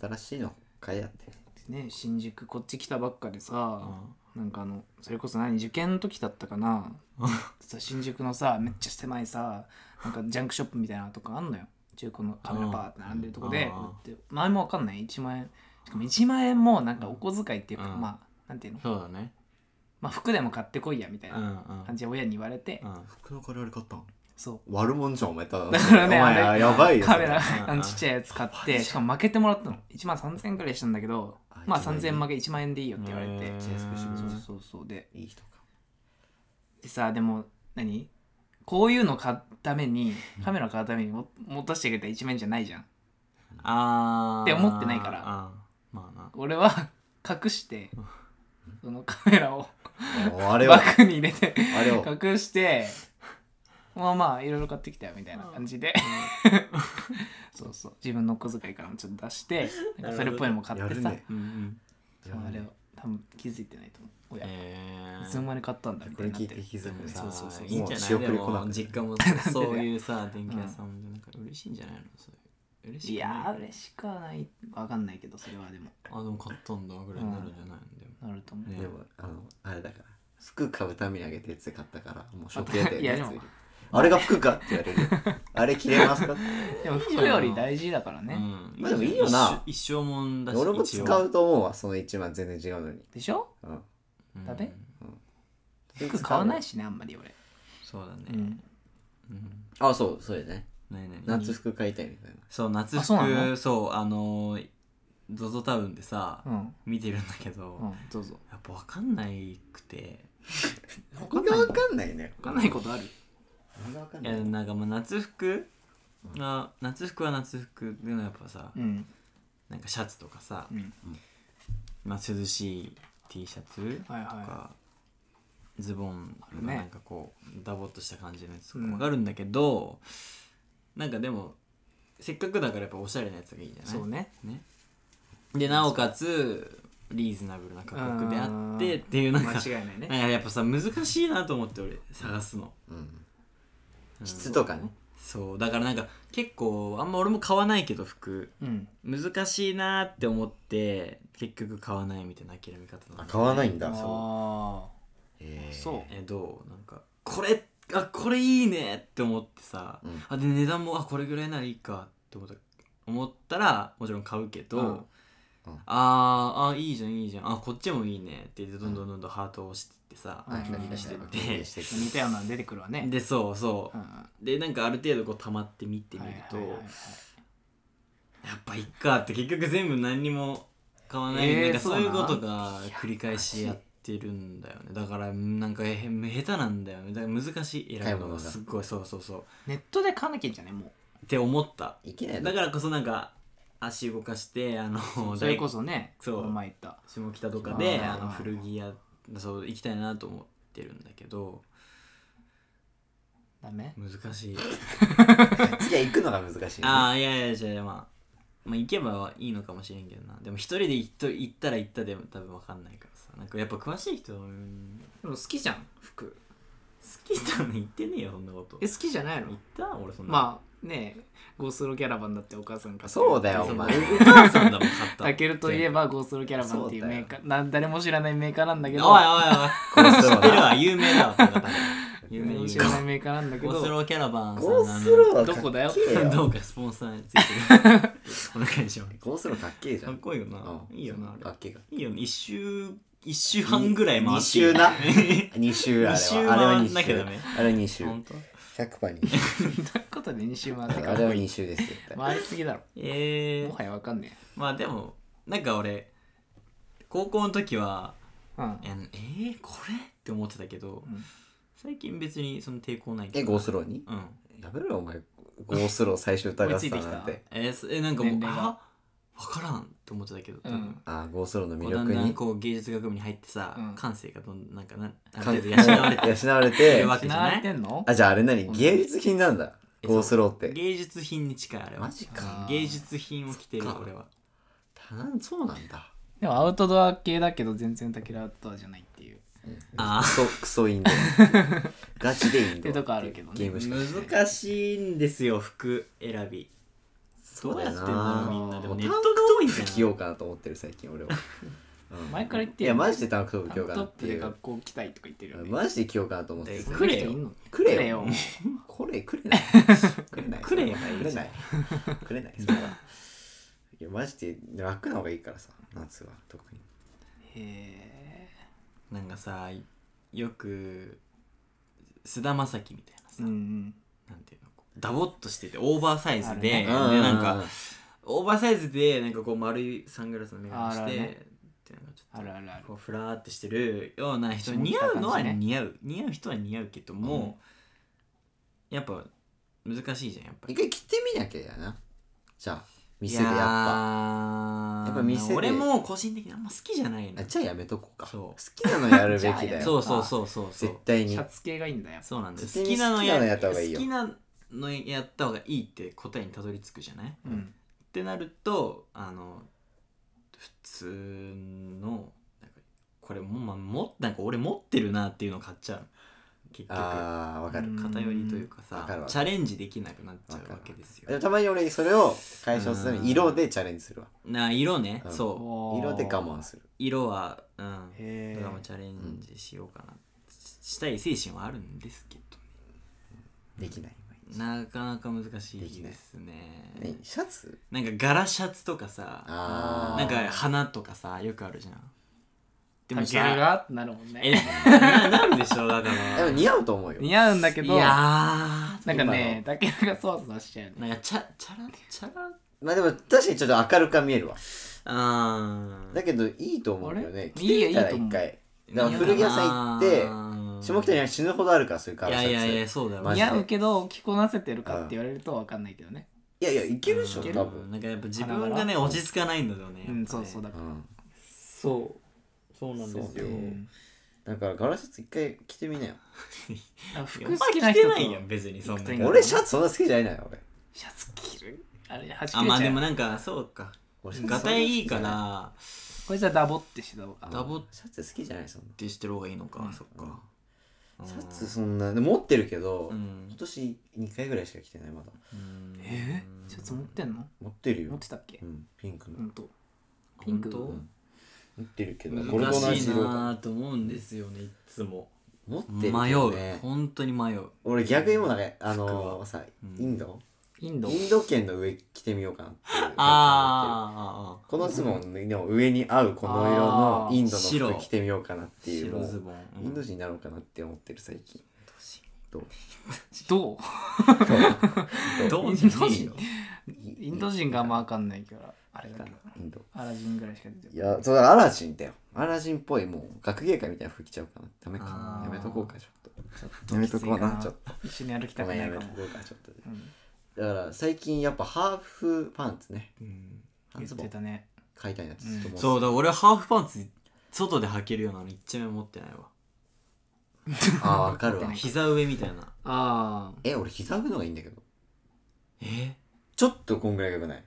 Speaker 1: そう
Speaker 2: 新しいの買いやって
Speaker 1: ね新宿こっち来たばっかで
Speaker 3: ん
Speaker 1: さなんかあのそれこそ何受験の時だったかなさ新宿のさめっちゃ狭いさなんかジャンクショップみたいなとこあんのよ中古のカメラパーって並んでるとこで
Speaker 3: うん
Speaker 1: こうやって前もわかんない1万円しかも1万円もなんかお小遣いっていうか、
Speaker 3: うん
Speaker 1: まあなんていうの、
Speaker 3: そうだね
Speaker 1: まあ、服でも買ってこいやみたいうなん
Speaker 3: うん
Speaker 1: 感じで親に言われて、
Speaker 3: うん
Speaker 2: 服の借りられ買ったん
Speaker 1: そう
Speaker 2: 悪者じゃんお前ただ
Speaker 1: だから ね
Speaker 2: お前
Speaker 1: あれ
Speaker 2: やばいよ
Speaker 1: カメラ
Speaker 3: それ
Speaker 1: あのちっちゃいやつ買ってしかも負けてもらったの1万3000円くらいしたんだけど
Speaker 2: あ
Speaker 1: まあ
Speaker 2: 1万円
Speaker 1: 3000円負け1万円でいいよって言われて、
Speaker 3: へー
Speaker 1: そうそうそうで
Speaker 2: いい人か
Speaker 1: でさでも何こういうの買うためにカメラ買うためにも持たせてくれた一面じゃないじゃん
Speaker 3: あー
Speaker 1: って思ってないから
Speaker 3: あーまあな
Speaker 1: 俺は隠してそのカメラを
Speaker 2: もうあ
Speaker 1: バ
Speaker 2: れを
Speaker 1: ッグに入れて
Speaker 2: あれを
Speaker 1: 隠してまあまあいろいろ買ってきたよみたいな感じでそうそう自分のお小遣いからもちょっと出してなんかそれっぽいのも買
Speaker 2: や
Speaker 1: って
Speaker 2: る
Speaker 1: さ、
Speaker 2: ね
Speaker 3: うんうん
Speaker 1: そうあれを多分気づいてないと思う親、
Speaker 3: えー
Speaker 1: いつの間に買ったんだみ
Speaker 2: こ
Speaker 1: たいに
Speaker 2: れ
Speaker 1: なっ
Speaker 2: 聞い
Speaker 1: て
Speaker 2: て
Speaker 1: る
Speaker 2: 気づく
Speaker 3: さ
Speaker 1: そ
Speaker 2: さ
Speaker 1: うそうそう
Speaker 3: いいんじゃない
Speaker 2: もう
Speaker 3: で
Speaker 2: 仕送り来な
Speaker 3: も
Speaker 2: くて
Speaker 3: 実家もそういうさ電気屋さんでなんか嬉しいんじゃないのそういう嬉しく
Speaker 1: いや
Speaker 3: な
Speaker 1: ー嬉しくはないわかんないけどそれはでも
Speaker 3: あでも買ったんだぐらいになるんじゃないのでも
Speaker 1: なると思う、
Speaker 3: ね
Speaker 2: でもあのあれだから服買うためにあげてって買ったからもうショックやったよ
Speaker 1: いや
Speaker 2: ね
Speaker 1: でも
Speaker 2: 普通にあれが服かって言 われるよあれ着れますかって
Speaker 1: でも服より大事だからね、
Speaker 3: うん
Speaker 2: まあでもいいよな
Speaker 3: 一生一生もんだし
Speaker 2: 俺も使
Speaker 3: 一応
Speaker 2: うと思うわその1万全然違うのに
Speaker 1: でしょ
Speaker 2: うん
Speaker 3: うん
Speaker 1: だね服買わないしねあんまり俺、
Speaker 3: そうだね
Speaker 1: う、ん、
Speaker 3: うん
Speaker 2: あそうそうやね
Speaker 3: ないない
Speaker 2: 夏服買いたいみたいな
Speaker 3: そう夏
Speaker 1: あそうなの
Speaker 3: 服そうあのー ZOZO タウンでさ
Speaker 1: うん
Speaker 3: 見てるんだけど
Speaker 1: うんどうぞ
Speaker 3: やっぱ分かんないくて
Speaker 2: 他がわかんないね
Speaker 1: わかんないことある
Speaker 2: 他がわかん
Speaker 3: い
Speaker 2: な
Speaker 3: や
Speaker 2: い
Speaker 3: なんかまあ夏服が夏服は夏服でもやっぱさ
Speaker 1: うん
Speaker 3: なんかシャツとかさ
Speaker 1: うん
Speaker 3: まあ涼しい T シャツと
Speaker 1: はいは
Speaker 3: かズボン
Speaker 1: る
Speaker 3: の
Speaker 1: ね
Speaker 3: なんかこうダボっとした感じのやつとか
Speaker 1: うん
Speaker 3: 分かるんだけどなんかでもせっかくだからやっぱおしゃれなやつがいいじ
Speaker 1: い
Speaker 3: ゃない
Speaker 1: そうね
Speaker 3: ねでなおかつリーズナブルな価格であって
Speaker 1: うん
Speaker 3: っていうなんか
Speaker 1: 間
Speaker 3: なんか
Speaker 1: 違いないね
Speaker 3: やっぱさ難しいなと思って俺探すの
Speaker 2: うん質とかね
Speaker 3: そうだからなんか結構あんま俺も買わないけど服
Speaker 1: うん
Speaker 3: 難しいなって思って結局買わないみたいな諦め方な
Speaker 2: あ
Speaker 3: の
Speaker 2: 買わないん
Speaker 1: あ
Speaker 2: だそ
Speaker 1: あ
Speaker 2: うへ
Speaker 1: ー
Speaker 2: え
Speaker 1: そう
Speaker 3: えどうなんかこれあこれいいねって思ってさ、
Speaker 2: うん
Speaker 3: あで値段もあこれぐらいならいいかって思ったら思ったらもちろん買うけど、
Speaker 1: うん
Speaker 2: うん
Speaker 3: あーあーいいじゃんいいじゃんあこっちもいいねって言ってどんどんどんどんハートを押してってさ、
Speaker 1: うん
Speaker 3: お気に入りしてっ
Speaker 2: お気に入りして
Speaker 3: て、
Speaker 2: っ
Speaker 1: 似たようなの出てくるわね。
Speaker 3: でそうそうう、
Speaker 1: んうん
Speaker 3: でなんかある程度こう溜まって見てみると、
Speaker 1: はいはいはいはい
Speaker 3: やっぱいっかって結局全部何にも買わない、
Speaker 1: えー
Speaker 3: なんかそういう
Speaker 1: そう
Speaker 3: こ
Speaker 1: なん
Speaker 3: とが繰り返しやってるんだよねだからうんなんかえ下手なんだよねだから難しい選ぶの
Speaker 2: 買
Speaker 3: が
Speaker 2: い物が
Speaker 3: すっごいそうそうそう
Speaker 1: ネットで買わなきゃいいんじゃないも
Speaker 3: って思った
Speaker 2: いけない
Speaker 3: だ
Speaker 2: だ
Speaker 3: からこそなんか足動かしてあの
Speaker 1: う。それこそね、
Speaker 3: そう
Speaker 1: この前言った。
Speaker 3: 下北とかで
Speaker 1: あ
Speaker 3: あ
Speaker 1: ー
Speaker 3: の古着屋そう行きたいなと思ってるんだけど
Speaker 1: ダメ
Speaker 3: 難しい
Speaker 2: 次は行くのが難しい、ね、
Speaker 3: ああいやいやじゃあまあまあ行けばいいのかもしれんけどなでも一人で行っと行ったら行ったで多分分かんないからさなんかやっぱ詳しい人うん
Speaker 1: でも好きじゃん、服。
Speaker 3: 好きなの行ってねえよそんなこと
Speaker 1: え、好きじゃない
Speaker 3: 行
Speaker 1: の
Speaker 3: った俺そんな
Speaker 1: まあねえ、ゴースロキャラバンだってお母さん買ってる
Speaker 2: そうだよお前
Speaker 3: お母さんだもん買った
Speaker 1: タケルといえばゴースロキャラバンっていうメーカーな誰も知らないメーカーなんだ
Speaker 3: お
Speaker 1: け
Speaker 3: いおい
Speaker 1: ど
Speaker 3: おい知ってるわ有名だわこの方 有名
Speaker 1: 誰
Speaker 3: 有
Speaker 1: も
Speaker 3: 名
Speaker 1: 知らないメーカーなんだけ
Speaker 3: ゴース
Speaker 1: ど
Speaker 3: ローキャラバンさん
Speaker 2: ゴースローは
Speaker 1: どこだよ
Speaker 2: かっけえ
Speaker 3: ど
Speaker 2: よ
Speaker 3: うかスポンサーについてお願い します
Speaker 2: ゴースローかっけえじゃ
Speaker 3: かっ
Speaker 2: ん
Speaker 3: こいいよな
Speaker 2: うん
Speaker 3: いいよなあ
Speaker 2: か
Speaker 3: れ
Speaker 2: っけえか
Speaker 3: いいよね一周一周半ぐらい回って
Speaker 2: 二周 な二周あれ
Speaker 3: 二周
Speaker 2: はあれは
Speaker 3: 回
Speaker 2: 二
Speaker 3: んなきゃ
Speaker 2: 周
Speaker 3: ダメ
Speaker 2: あれは二周
Speaker 3: 本当
Speaker 2: 100パー二周
Speaker 1: ということで2週回ってか
Speaker 2: あれは二周です絶対
Speaker 1: 回りすぎだろ
Speaker 3: え
Speaker 1: も
Speaker 3: ー
Speaker 1: はやわかんね
Speaker 3: まあでもなんか俺高校の時は
Speaker 1: えうん
Speaker 3: えーえーこれって思ってたけど
Speaker 1: うん
Speaker 3: 最近別にその抵抗ないけ
Speaker 2: え
Speaker 3: ど
Speaker 2: ゴースローに
Speaker 3: うん
Speaker 2: やめろよお前ゴースロー最終歌合戦なん
Speaker 1: 追いついて
Speaker 2: て
Speaker 3: えーすえなんかもう
Speaker 1: 年齢が
Speaker 3: あ分からんって思ってたけど多
Speaker 1: う
Speaker 3: 分
Speaker 1: ん
Speaker 2: あーゴースローの
Speaker 3: こ
Speaker 2: 魅
Speaker 3: うだ
Speaker 2: 力
Speaker 3: んだん
Speaker 2: に
Speaker 3: こう芸術学部に入ってさ、
Speaker 1: うん
Speaker 3: 感性がどんなんかなあ
Speaker 2: かん
Speaker 3: る程度養われて
Speaker 2: 養われ
Speaker 3: い
Speaker 2: て
Speaker 3: るわけじゃ
Speaker 1: 失わ
Speaker 3: な
Speaker 1: れて
Speaker 3: い
Speaker 1: んの
Speaker 2: あじゃああれ何芸術品なんだ
Speaker 3: え
Speaker 2: ゴースローって
Speaker 3: 芸術品に近いあれは
Speaker 2: マジか
Speaker 1: あー
Speaker 3: 芸術品を着てる
Speaker 2: そっか
Speaker 3: 俺は
Speaker 2: たなんそうなんだ
Speaker 1: でもアウトドア系だけど全然タケルアウトドアじゃないっていう
Speaker 3: あ
Speaker 2: クソクソインドアガチでインドア
Speaker 1: ってとこあるけどね
Speaker 2: ゲームしかしない
Speaker 3: 難しいんですよ服選び
Speaker 2: そうだよな
Speaker 3: どうやってんだろうみんなでもネットが
Speaker 2: 多
Speaker 3: 多いんじゃない
Speaker 2: 着ようかなと思ってる最近俺はうん
Speaker 1: 前から言って
Speaker 2: い
Speaker 1: るよ
Speaker 2: や
Speaker 1: ね
Speaker 2: マジでタンクトップ着
Speaker 1: タン
Speaker 2: よう
Speaker 1: ク
Speaker 2: か
Speaker 1: ト
Speaker 2: な
Speaker 1: ッ
Speaker 2: って
Speaker 1: プ
Speaker 2: い
Speaker 1: で
Speaker 2: う
Speaker 1: 学校来たいとか言ってるよね
Speaker 2: マジで着ようかなと思ってる
Speaker 3: で
Speaker 1: 来れよ
Speaker 2: くれよこれくれないくれない
Speaker 3: くれよ
Speaker 2: くれないくれないそれはいやマジで楽な方がいいからさ夏は特に
Speaker 1: へ
Speaker 3: なんかさよく菅田将暉みたいな
Speaker 1: え
Speaker 3: さ、
Speaker 1: うん
Speaker 3: なんていうのこうダボっとしててオーバーサイズ
Speaker 1: あ
Speaker 3: で、
Speaker 1: るね
Speaker 3: で
Speaker 1: う
Speaker 3: なんかオーバーサイズでなんかこう丸いサングラスの眼鏡し
Speaker 1: ある
Speaker 3: て
Speaker 1: あるね
Speaker 3: ってなんかちょっと
Speaker 1: あるあるある
Speaker 3: こうフラーってしてるような
Speaker 1: 下
Speaker 3: 人
Speaker 1: 北
Speaker 3: 似合うのは
Speaker 1: 感じね
Speaker 3: 似合う、似合う人は似合うけども、やっぱ難しいじゃんやっぱ
Speaker 2: 一
Speaker 3: り
Speaker 2: 回着てみなきゃやなじゃあ店で
Speaker 3: い
Speaker 2: やっ
Speaker 3: や
Speaker 2: ぱ
Speaker 3: ー
Speaker 2: やっぱ店で
Speaker 3: 俺も個人的にあんま好きじゃないの
Speaker 2: あじゃあやめとこうか
Speaker 3: そ
Speaker 2: 好きなのやるべき
Speaker 1: じゃあ
Speaker 2: だ
Speaker 1: やめ
Speaker 2: よ
Speaker 3: そうそうそうそうそう
Speaker 2: 絶対
Speaker 1: シ
Speaker 2: に
Speaker 1: ャツ系がいいんだよ
Speaker 3: そうなんだよ
Speaker 2: 絶
Speaker 3: 好
Speaker 2: 対
Speaker 3: き
Speaker 2: に
Speaker 3: なの
Speaker 2: 好きなの
Speaker 3: や
Speaker 2: やった方がいいよ
Speaker 3: 好きなのやった方がいいって答えにたどり着くじゃないっ
Speaker 1: うん
Speaker 3: てなるとあの普通のなんかこれもまあもなんか俺持ってるなっていうのを買っちゃう結局
Speaker 2: あーわかる
Speaker 1: うん
Speaker 3: 偏りというか
Speaker 2: わ
Speaker 3: さ
Speaker 2: かるわかる
Speaker 3: チャレンジできなくなっちゃうわけです
Speaker 2: で
Speaker 3: よ
Speaker 2: もたまに俺それを解消するために色でチャレンジするわ
Speaker 3: な色ね、
Speaker 2: うん
Speaker 3: そう
Speaker 1: おー
Speaker 2: 色で我慢する
Speaker 3: 色はうん
Speaker 1: へ
Speaker 3: ドラマチャレンジしようかな、ししたい精神はあるんですけど
Speaker 2: できない
Speaker 3: なかなか難し
Speaker 2: でき
Speaker 3: い
Speaker 2: ない
Speaker 3: ですね
Speaker 2: ねシャツ
Speaker 3: なんか柄シャツとかさ
Speaker 2: あー
Speaker 3: なんか花とかさよくあるじゃんで
Speaker 1: え
Speaker 3: も
Speaker 1: タケル
Speaker 3: さ
Speaker 1: がってなるもん
Speaker 3: え
Speaker 1: ね
Speaker 3: ななんでしょうだから
Speaker 2: でも似合うと思うよ
Speaker 1: 似合うんだけ
Speaker 3: い
Speaker 1: ど
Speaker 3: や
Speaker 1: なんかね
Speaker 2: 今
Speaker 1: タ
Speaker 2: の
Speaker 1: ケルがそわそわしちゃうね
Speaker 3: ーなんかチャチャラチャラ
Speaker 2: まあでも確かにちょっと明るくは見えるわ
Speaker 3: あー
Speaker 2: だけどいいと思うよ
Speaker 1: あれ
Speaker 2: ね着てみ
Speaker 1: い
Speaker 2: たら
Speaker 1: いよいいと思う
Speaker 2: 一回だから古着屋さん行って下北には死ぬほどあるからそういう
Speaker 3: い
Speaker 2: 柄シャ
Speaker 3: や
Speaker 2: ツ
Speaker 3: いやいやそうだよ
Speaker 2: マジ
Speaker 1: 似
Speaker 2: で
Speaker 1: 合うけど着こなせてるかって言われるとわかんないけどね
Speaker 2: いやいやいけるでしょ
Speaker 1: いける
Speaker 2: 多分
Speaker 3: なんかやっぱ自分がね落ち着かないんだよね
Speaker 1: うんそうそう
Speaker 3: だ
Speaker 1: だか
Speaker 2: う
Speaker 1: ら
Speaker 2: ん
Speaker 3: そうそうなんです
Speaker 2: そう
Speaker 3: よ
Speaker 1: うん
Speaker 2: だから柄シャツ一回着てみなよ
Speaker 1: あ
Speaker 3: 服
Speaker 1: 服好
Speaker 3: 好
Speaker 1: き
Speaker 3: き
Speaker 1: な
Speaker 3: な
Speaker 1: 人
Speaker 3: 人
Speaker 1: と
Speaker 3: ないやん別にそん
Speaker 1: 行くといいん
Speaker 3: な
Speaker 1: だ
Speaker 2: 俺シャツそんな好きじゃないのよ俺
Speaker 1: シャツ着るあれ端
Speaker 3: あ
Speaker 1: 切れ
Speaker 3: まあ
Speaker 1: ち
Speaker 3: で
Speaker 1: ゃう、
Speaker 3: もなんかそうか
Speaker 2: 俺シャツ
Speaker 3: ガタイいいから
Speaker 1: これじゃダボってしてた方が
Speaker 2: あ
Speaker 3: ダボ
Speaker 2: シャツ好きじゃないそん
Speaker 3: ってしてる方がいいのか、
Speaker 1: うん
Speaker 3: そっか、
Speaker 2: なシャツそんなで持ってるけど
Speaker 3: うん
Speaker 2: 今年2回ぐらいしか着てないまだ
Speaker 1: えーシャツ持ってんの
Speaker 2: 持ってる
Speaker 1: 持っ
Speaker 2: よ
Speaker 1: てたっけ
Speaker 2: うんピンクの
Speaker 1: ほんとピ
Speaker 3: ピ
Speaker 1: ン
Speaker 3: ン
Speaker 1: ク
Speaker 3: ク
Speaker 1: の
Speaker 2: 持ってるけどこれ
Speaker 3: 難
Speaker 2: と同
Speaker 3: しい
Speaker 2: じ色だ
Speaker 3: なと思うんですよねいつも
Speaker 2: 持ってるけ
Speaker 3: 迷
Speaker 2: ど
Speaker 3: う
Speaker 2: ね
Speaker 3: 本当に迷う
Speaker 2: 俺逆にもうなんかあ
Speaker 3: 服
Speaker 2: の
Speaker 3: は
Speaker 2: さ
Speaker 3: うん
Speaker 2: インド
Speaker 1: インド
Speaker 2: インド圏の上着てみようかなっていう
Speaker 3: あーあーあー
Speaker 2: このズボンの上に合うこの色のインドの
Speaker 3: 白
Speaker 2: 服着てみようかなっていう
Speaker 3: 白
Speaker 2: も
Speaker 3: ズ
Speaker 2: う
Speaker 3: ボン、
Speaker 2: インド人になろうかなって思ってる最近どう
Speaker 1: どう
Speaker 3: どう
Speaker 1: イン
Speaker 3: じゃ
Speaker 1: ド
Speaker 3: ねえ
Speaker 1: 人
Speaker 3: よ
Speaker 1: インド人があんまわかんないからあれだけど
Speaker 2: インド
Speaker 1: アラジンぐらいしか出てこ
Speaker 2: いやそうだからアラジンだよアラジンっぽいもう学芸会みたいな服着ちゃうかなダメか
Speaker 3: あー
Speaker 2: やめとこうかちょっと
Speaker 1: ない
Speaker 2: やめとこうな
Speaker 1: きつい
Speaker 2: ちょっ
Speaker 1: な一緒に歩き
Speaker 2: と
Speaker 1: た
Speaker 2: ご
Speaker 1: く
Speaker 2: めん
Speaker 1: な
Speaker 2: や
Speaker 1: いか
Speaker 2: め
Speaker 1: も
Speaker 2: とこうかちょっと
Speaker 1: うん
Speaker 2: だから最近やっぱハーフパンツね
Speaker 3: うん
Speaker 1: 言ってたね
Speaker 2: 買いたいなってずっと思ってた
Speaker 3: そうだ俺ハーフパンツ外で履けるようなの一丁目持ってないわ
Speaker 2: あーわかるわ
Speaker 3: 膝上みたいな
Speaker 1: ああ
Speaker 2: え俺膝上の方がいいんだけど
Speaker 3: え
Speaker 2: ちょっとこんぐらいがよくない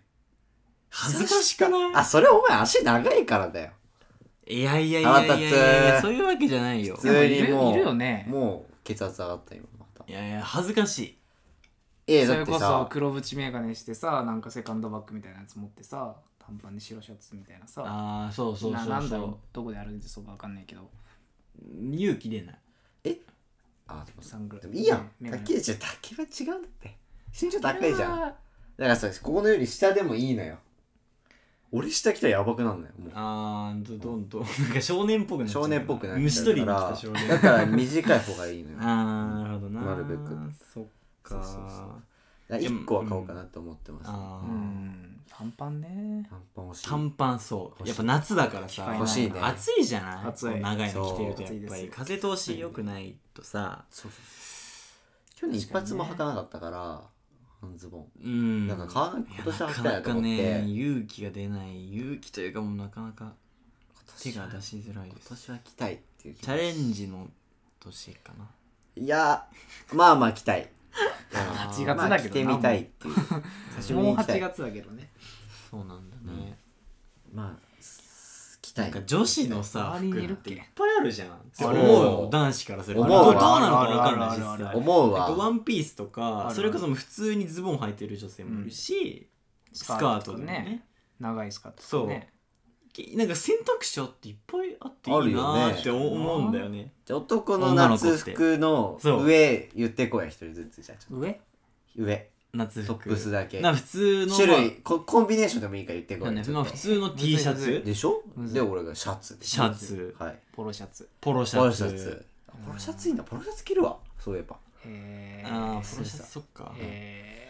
Speaker 3: 恥ずかしくない
Speaker 2: あそれお前足長いからだよ
Speaker 3: いやいやいやいやいやい
Speaker 2: 腹立
Speaker 3: や
Speaker 2: つ
Speaker 3: そういうわけじゃないよ
Speaker 2: 普通に
Speaker 1: でもい
Speaker 2: もう
Speaker 1: るいるよね
Speaker 2: もう血圧上がった今また
Speaker 3: いやいや恥ずかしい
Speaker 2: ええ
Speaker 1: そ
Speaker 2: だ
Speaker 1: れ
Speaker 2: って
Speaker 1: こそ
Speaker 2: さ
Speaker 1: 黒縁メガネしてさなんかセカンドバッグみたいなやつ持ってさ短パンに白シャツみたいなさ
Speaker 3: ああそうそう
Speaker 1: な
Speaker 3: そ
Speaker 1: な
Speaker 3: うん
Speaker 1: だろう
Speaker 3: そ
Speaker 1: どこで歩いてそうかわかんないけど
Speaker 3: う勇気出ない
Speaker 2: あでも
Speaker 1: サングラ
Speaker 2: で
Speaker 1: ス
Speaker 2: もいいやん
Speaker 1: メガネ
Speaker 2: 竹内は竹は違うんだって身長高いじゃんだからさここのより下でもいいのよ俺下来たらやばくなるのよもう
Speaker 3: あーどどんどんなんか少年っぽくなっちゃう
Speaker 2: 少年っぽくなっ
Speaker 3: 虫
Speaker 2: ちゃ
Speaker 3: 取
Speaker 2: う
Speaker 3: り
Speaker 2: か
Speaker 3: に来た
Speaker 2: ら
Speaker 3: 少年
Speaker 2: だから短い方がいいのよだか
Speaker 3: ああなるほどな
Speaker 2: なるべくそ
Speaker 3: そっ
Speaker 2: う
Speaker 3: か
Speaker 2: そうそうら1個は買おうかなと思ってます
Speaker 3: あ
Speaker 1: う
Speaker 3: ー
Speaker 1: ん短パンね
Speaker 2: 短パン欲しい
Speaker 3: 短パンそうやっぱ夏だからさ
Speaker 1: 欲
Speaker 2: しいね
Speaker 3: 暑いじゃない
Speaker 1: 暑い
Speaker 3: こう長いの着てるとや
Speaker 1: そう
Speaker 3: っぱり風通し良くないとさ
Speaker 2: そうそうそう去年一発も履かなかったから半ズボン
Speaker 3: うん
Speaker 2: なんか買わない今年は履きたい
Speaker 3: な
Speaker 2: なと
Speaker 3: か
Speaker 2: 思
Speaker 3: なか
Speaker 2: って
Speaker 3: ね勇気が出ない勇気というかもうなかなか手
Speaker 2: 今
Speaker 3: が出しづらいです
Speaker 2: 年は着たいっていう気持ち
Speaker 3: チャレンジの年かない
Speaker 2: やまあまあ着 たい
Speaker 1: 8月だけどな
Speaker 2: まあ着てみたいっていう久しぶり
Speaker 1: もう
Speaker 2: に着た
Speaker 1: 8
Speaker 2: い
Speaker 1: 月だけどね
Speaker 3: そうなんだね、
Speaker 2: まあす着た
Speaker 3: ないんか女子のさ
Speaker 1: 周り
Speaker 3: 服
Speaker 1: にい
Speaker 3: っ
Speaker 1: るってけ
Speaker 3: いっぱいあるじゃんって
Speaker 2: そう
Speaker 3: 思うよ男子からすると
Speaker 2: 思うわ
Speaker 3: どうなのか分かんない
Speaker 1: あ
Speaker 3: 実
Speaker 1: るあるあるあ
Speaker 3: 際
Speaker 1: る
Speaker 2: 思う
Speaker 3: なんかワ
Speaker 2: わ
Speaker 3: ンピースと
Speaker 1: あ
Speaker 3: か
Speaker 1: る
Speaker 3: それこそもう普通にズボン履いてる女性もいるし、スカートでもね
Speaker 1: 長いスカートとかね
Speaker 3: けなんか選択肢あっていっぱいあってい
Speaker 2: ある
Speaker 3: い
Speaker 2: よ
Speaker 3: な
Speaker 2: ね
Speaker 3: ーって思うんだよね
Speaker 2: じゃあ男の夏服の
Speaker 3: 女の子って
Speaker 2: 上言ってこいや一人ずつじゃあちょっ
Speaker 1: 上
Speaker 2: と上
Speaker 3: 夏
Speaker 2: ト
Speaker 3: 服
Speaker 2: ップスだけ
Speaker 3: な普通の
Speaker 2: 種
Speaker 3: まあ
Speaker 2: 類ココンビネーションでもいいから言ってこ
Speaker 3: ないんだよまあ普通の
Speaker 1: むずい
Speaker 3: T シャ
Speaker 1: む
Speaker 3: ツ
Speaker 2: でしょ
Speaker 1: むずい
Speaker 2: で俺がシャツで
Speaker 3: シャツ
Speaker 2: はい
Speaker 1: ポロシャツ
Speaker 3: ポロシ
Speaker 2: ポ
Speaker 3: ャ
Speaker 2: ロシ
Speaker 3: ツ
Speaker 2: ャツあポロシャツいいんだポロシャツ着るわそういえば
Speaker 1: へえ
Speaker 3: ああポロシャツそっかえ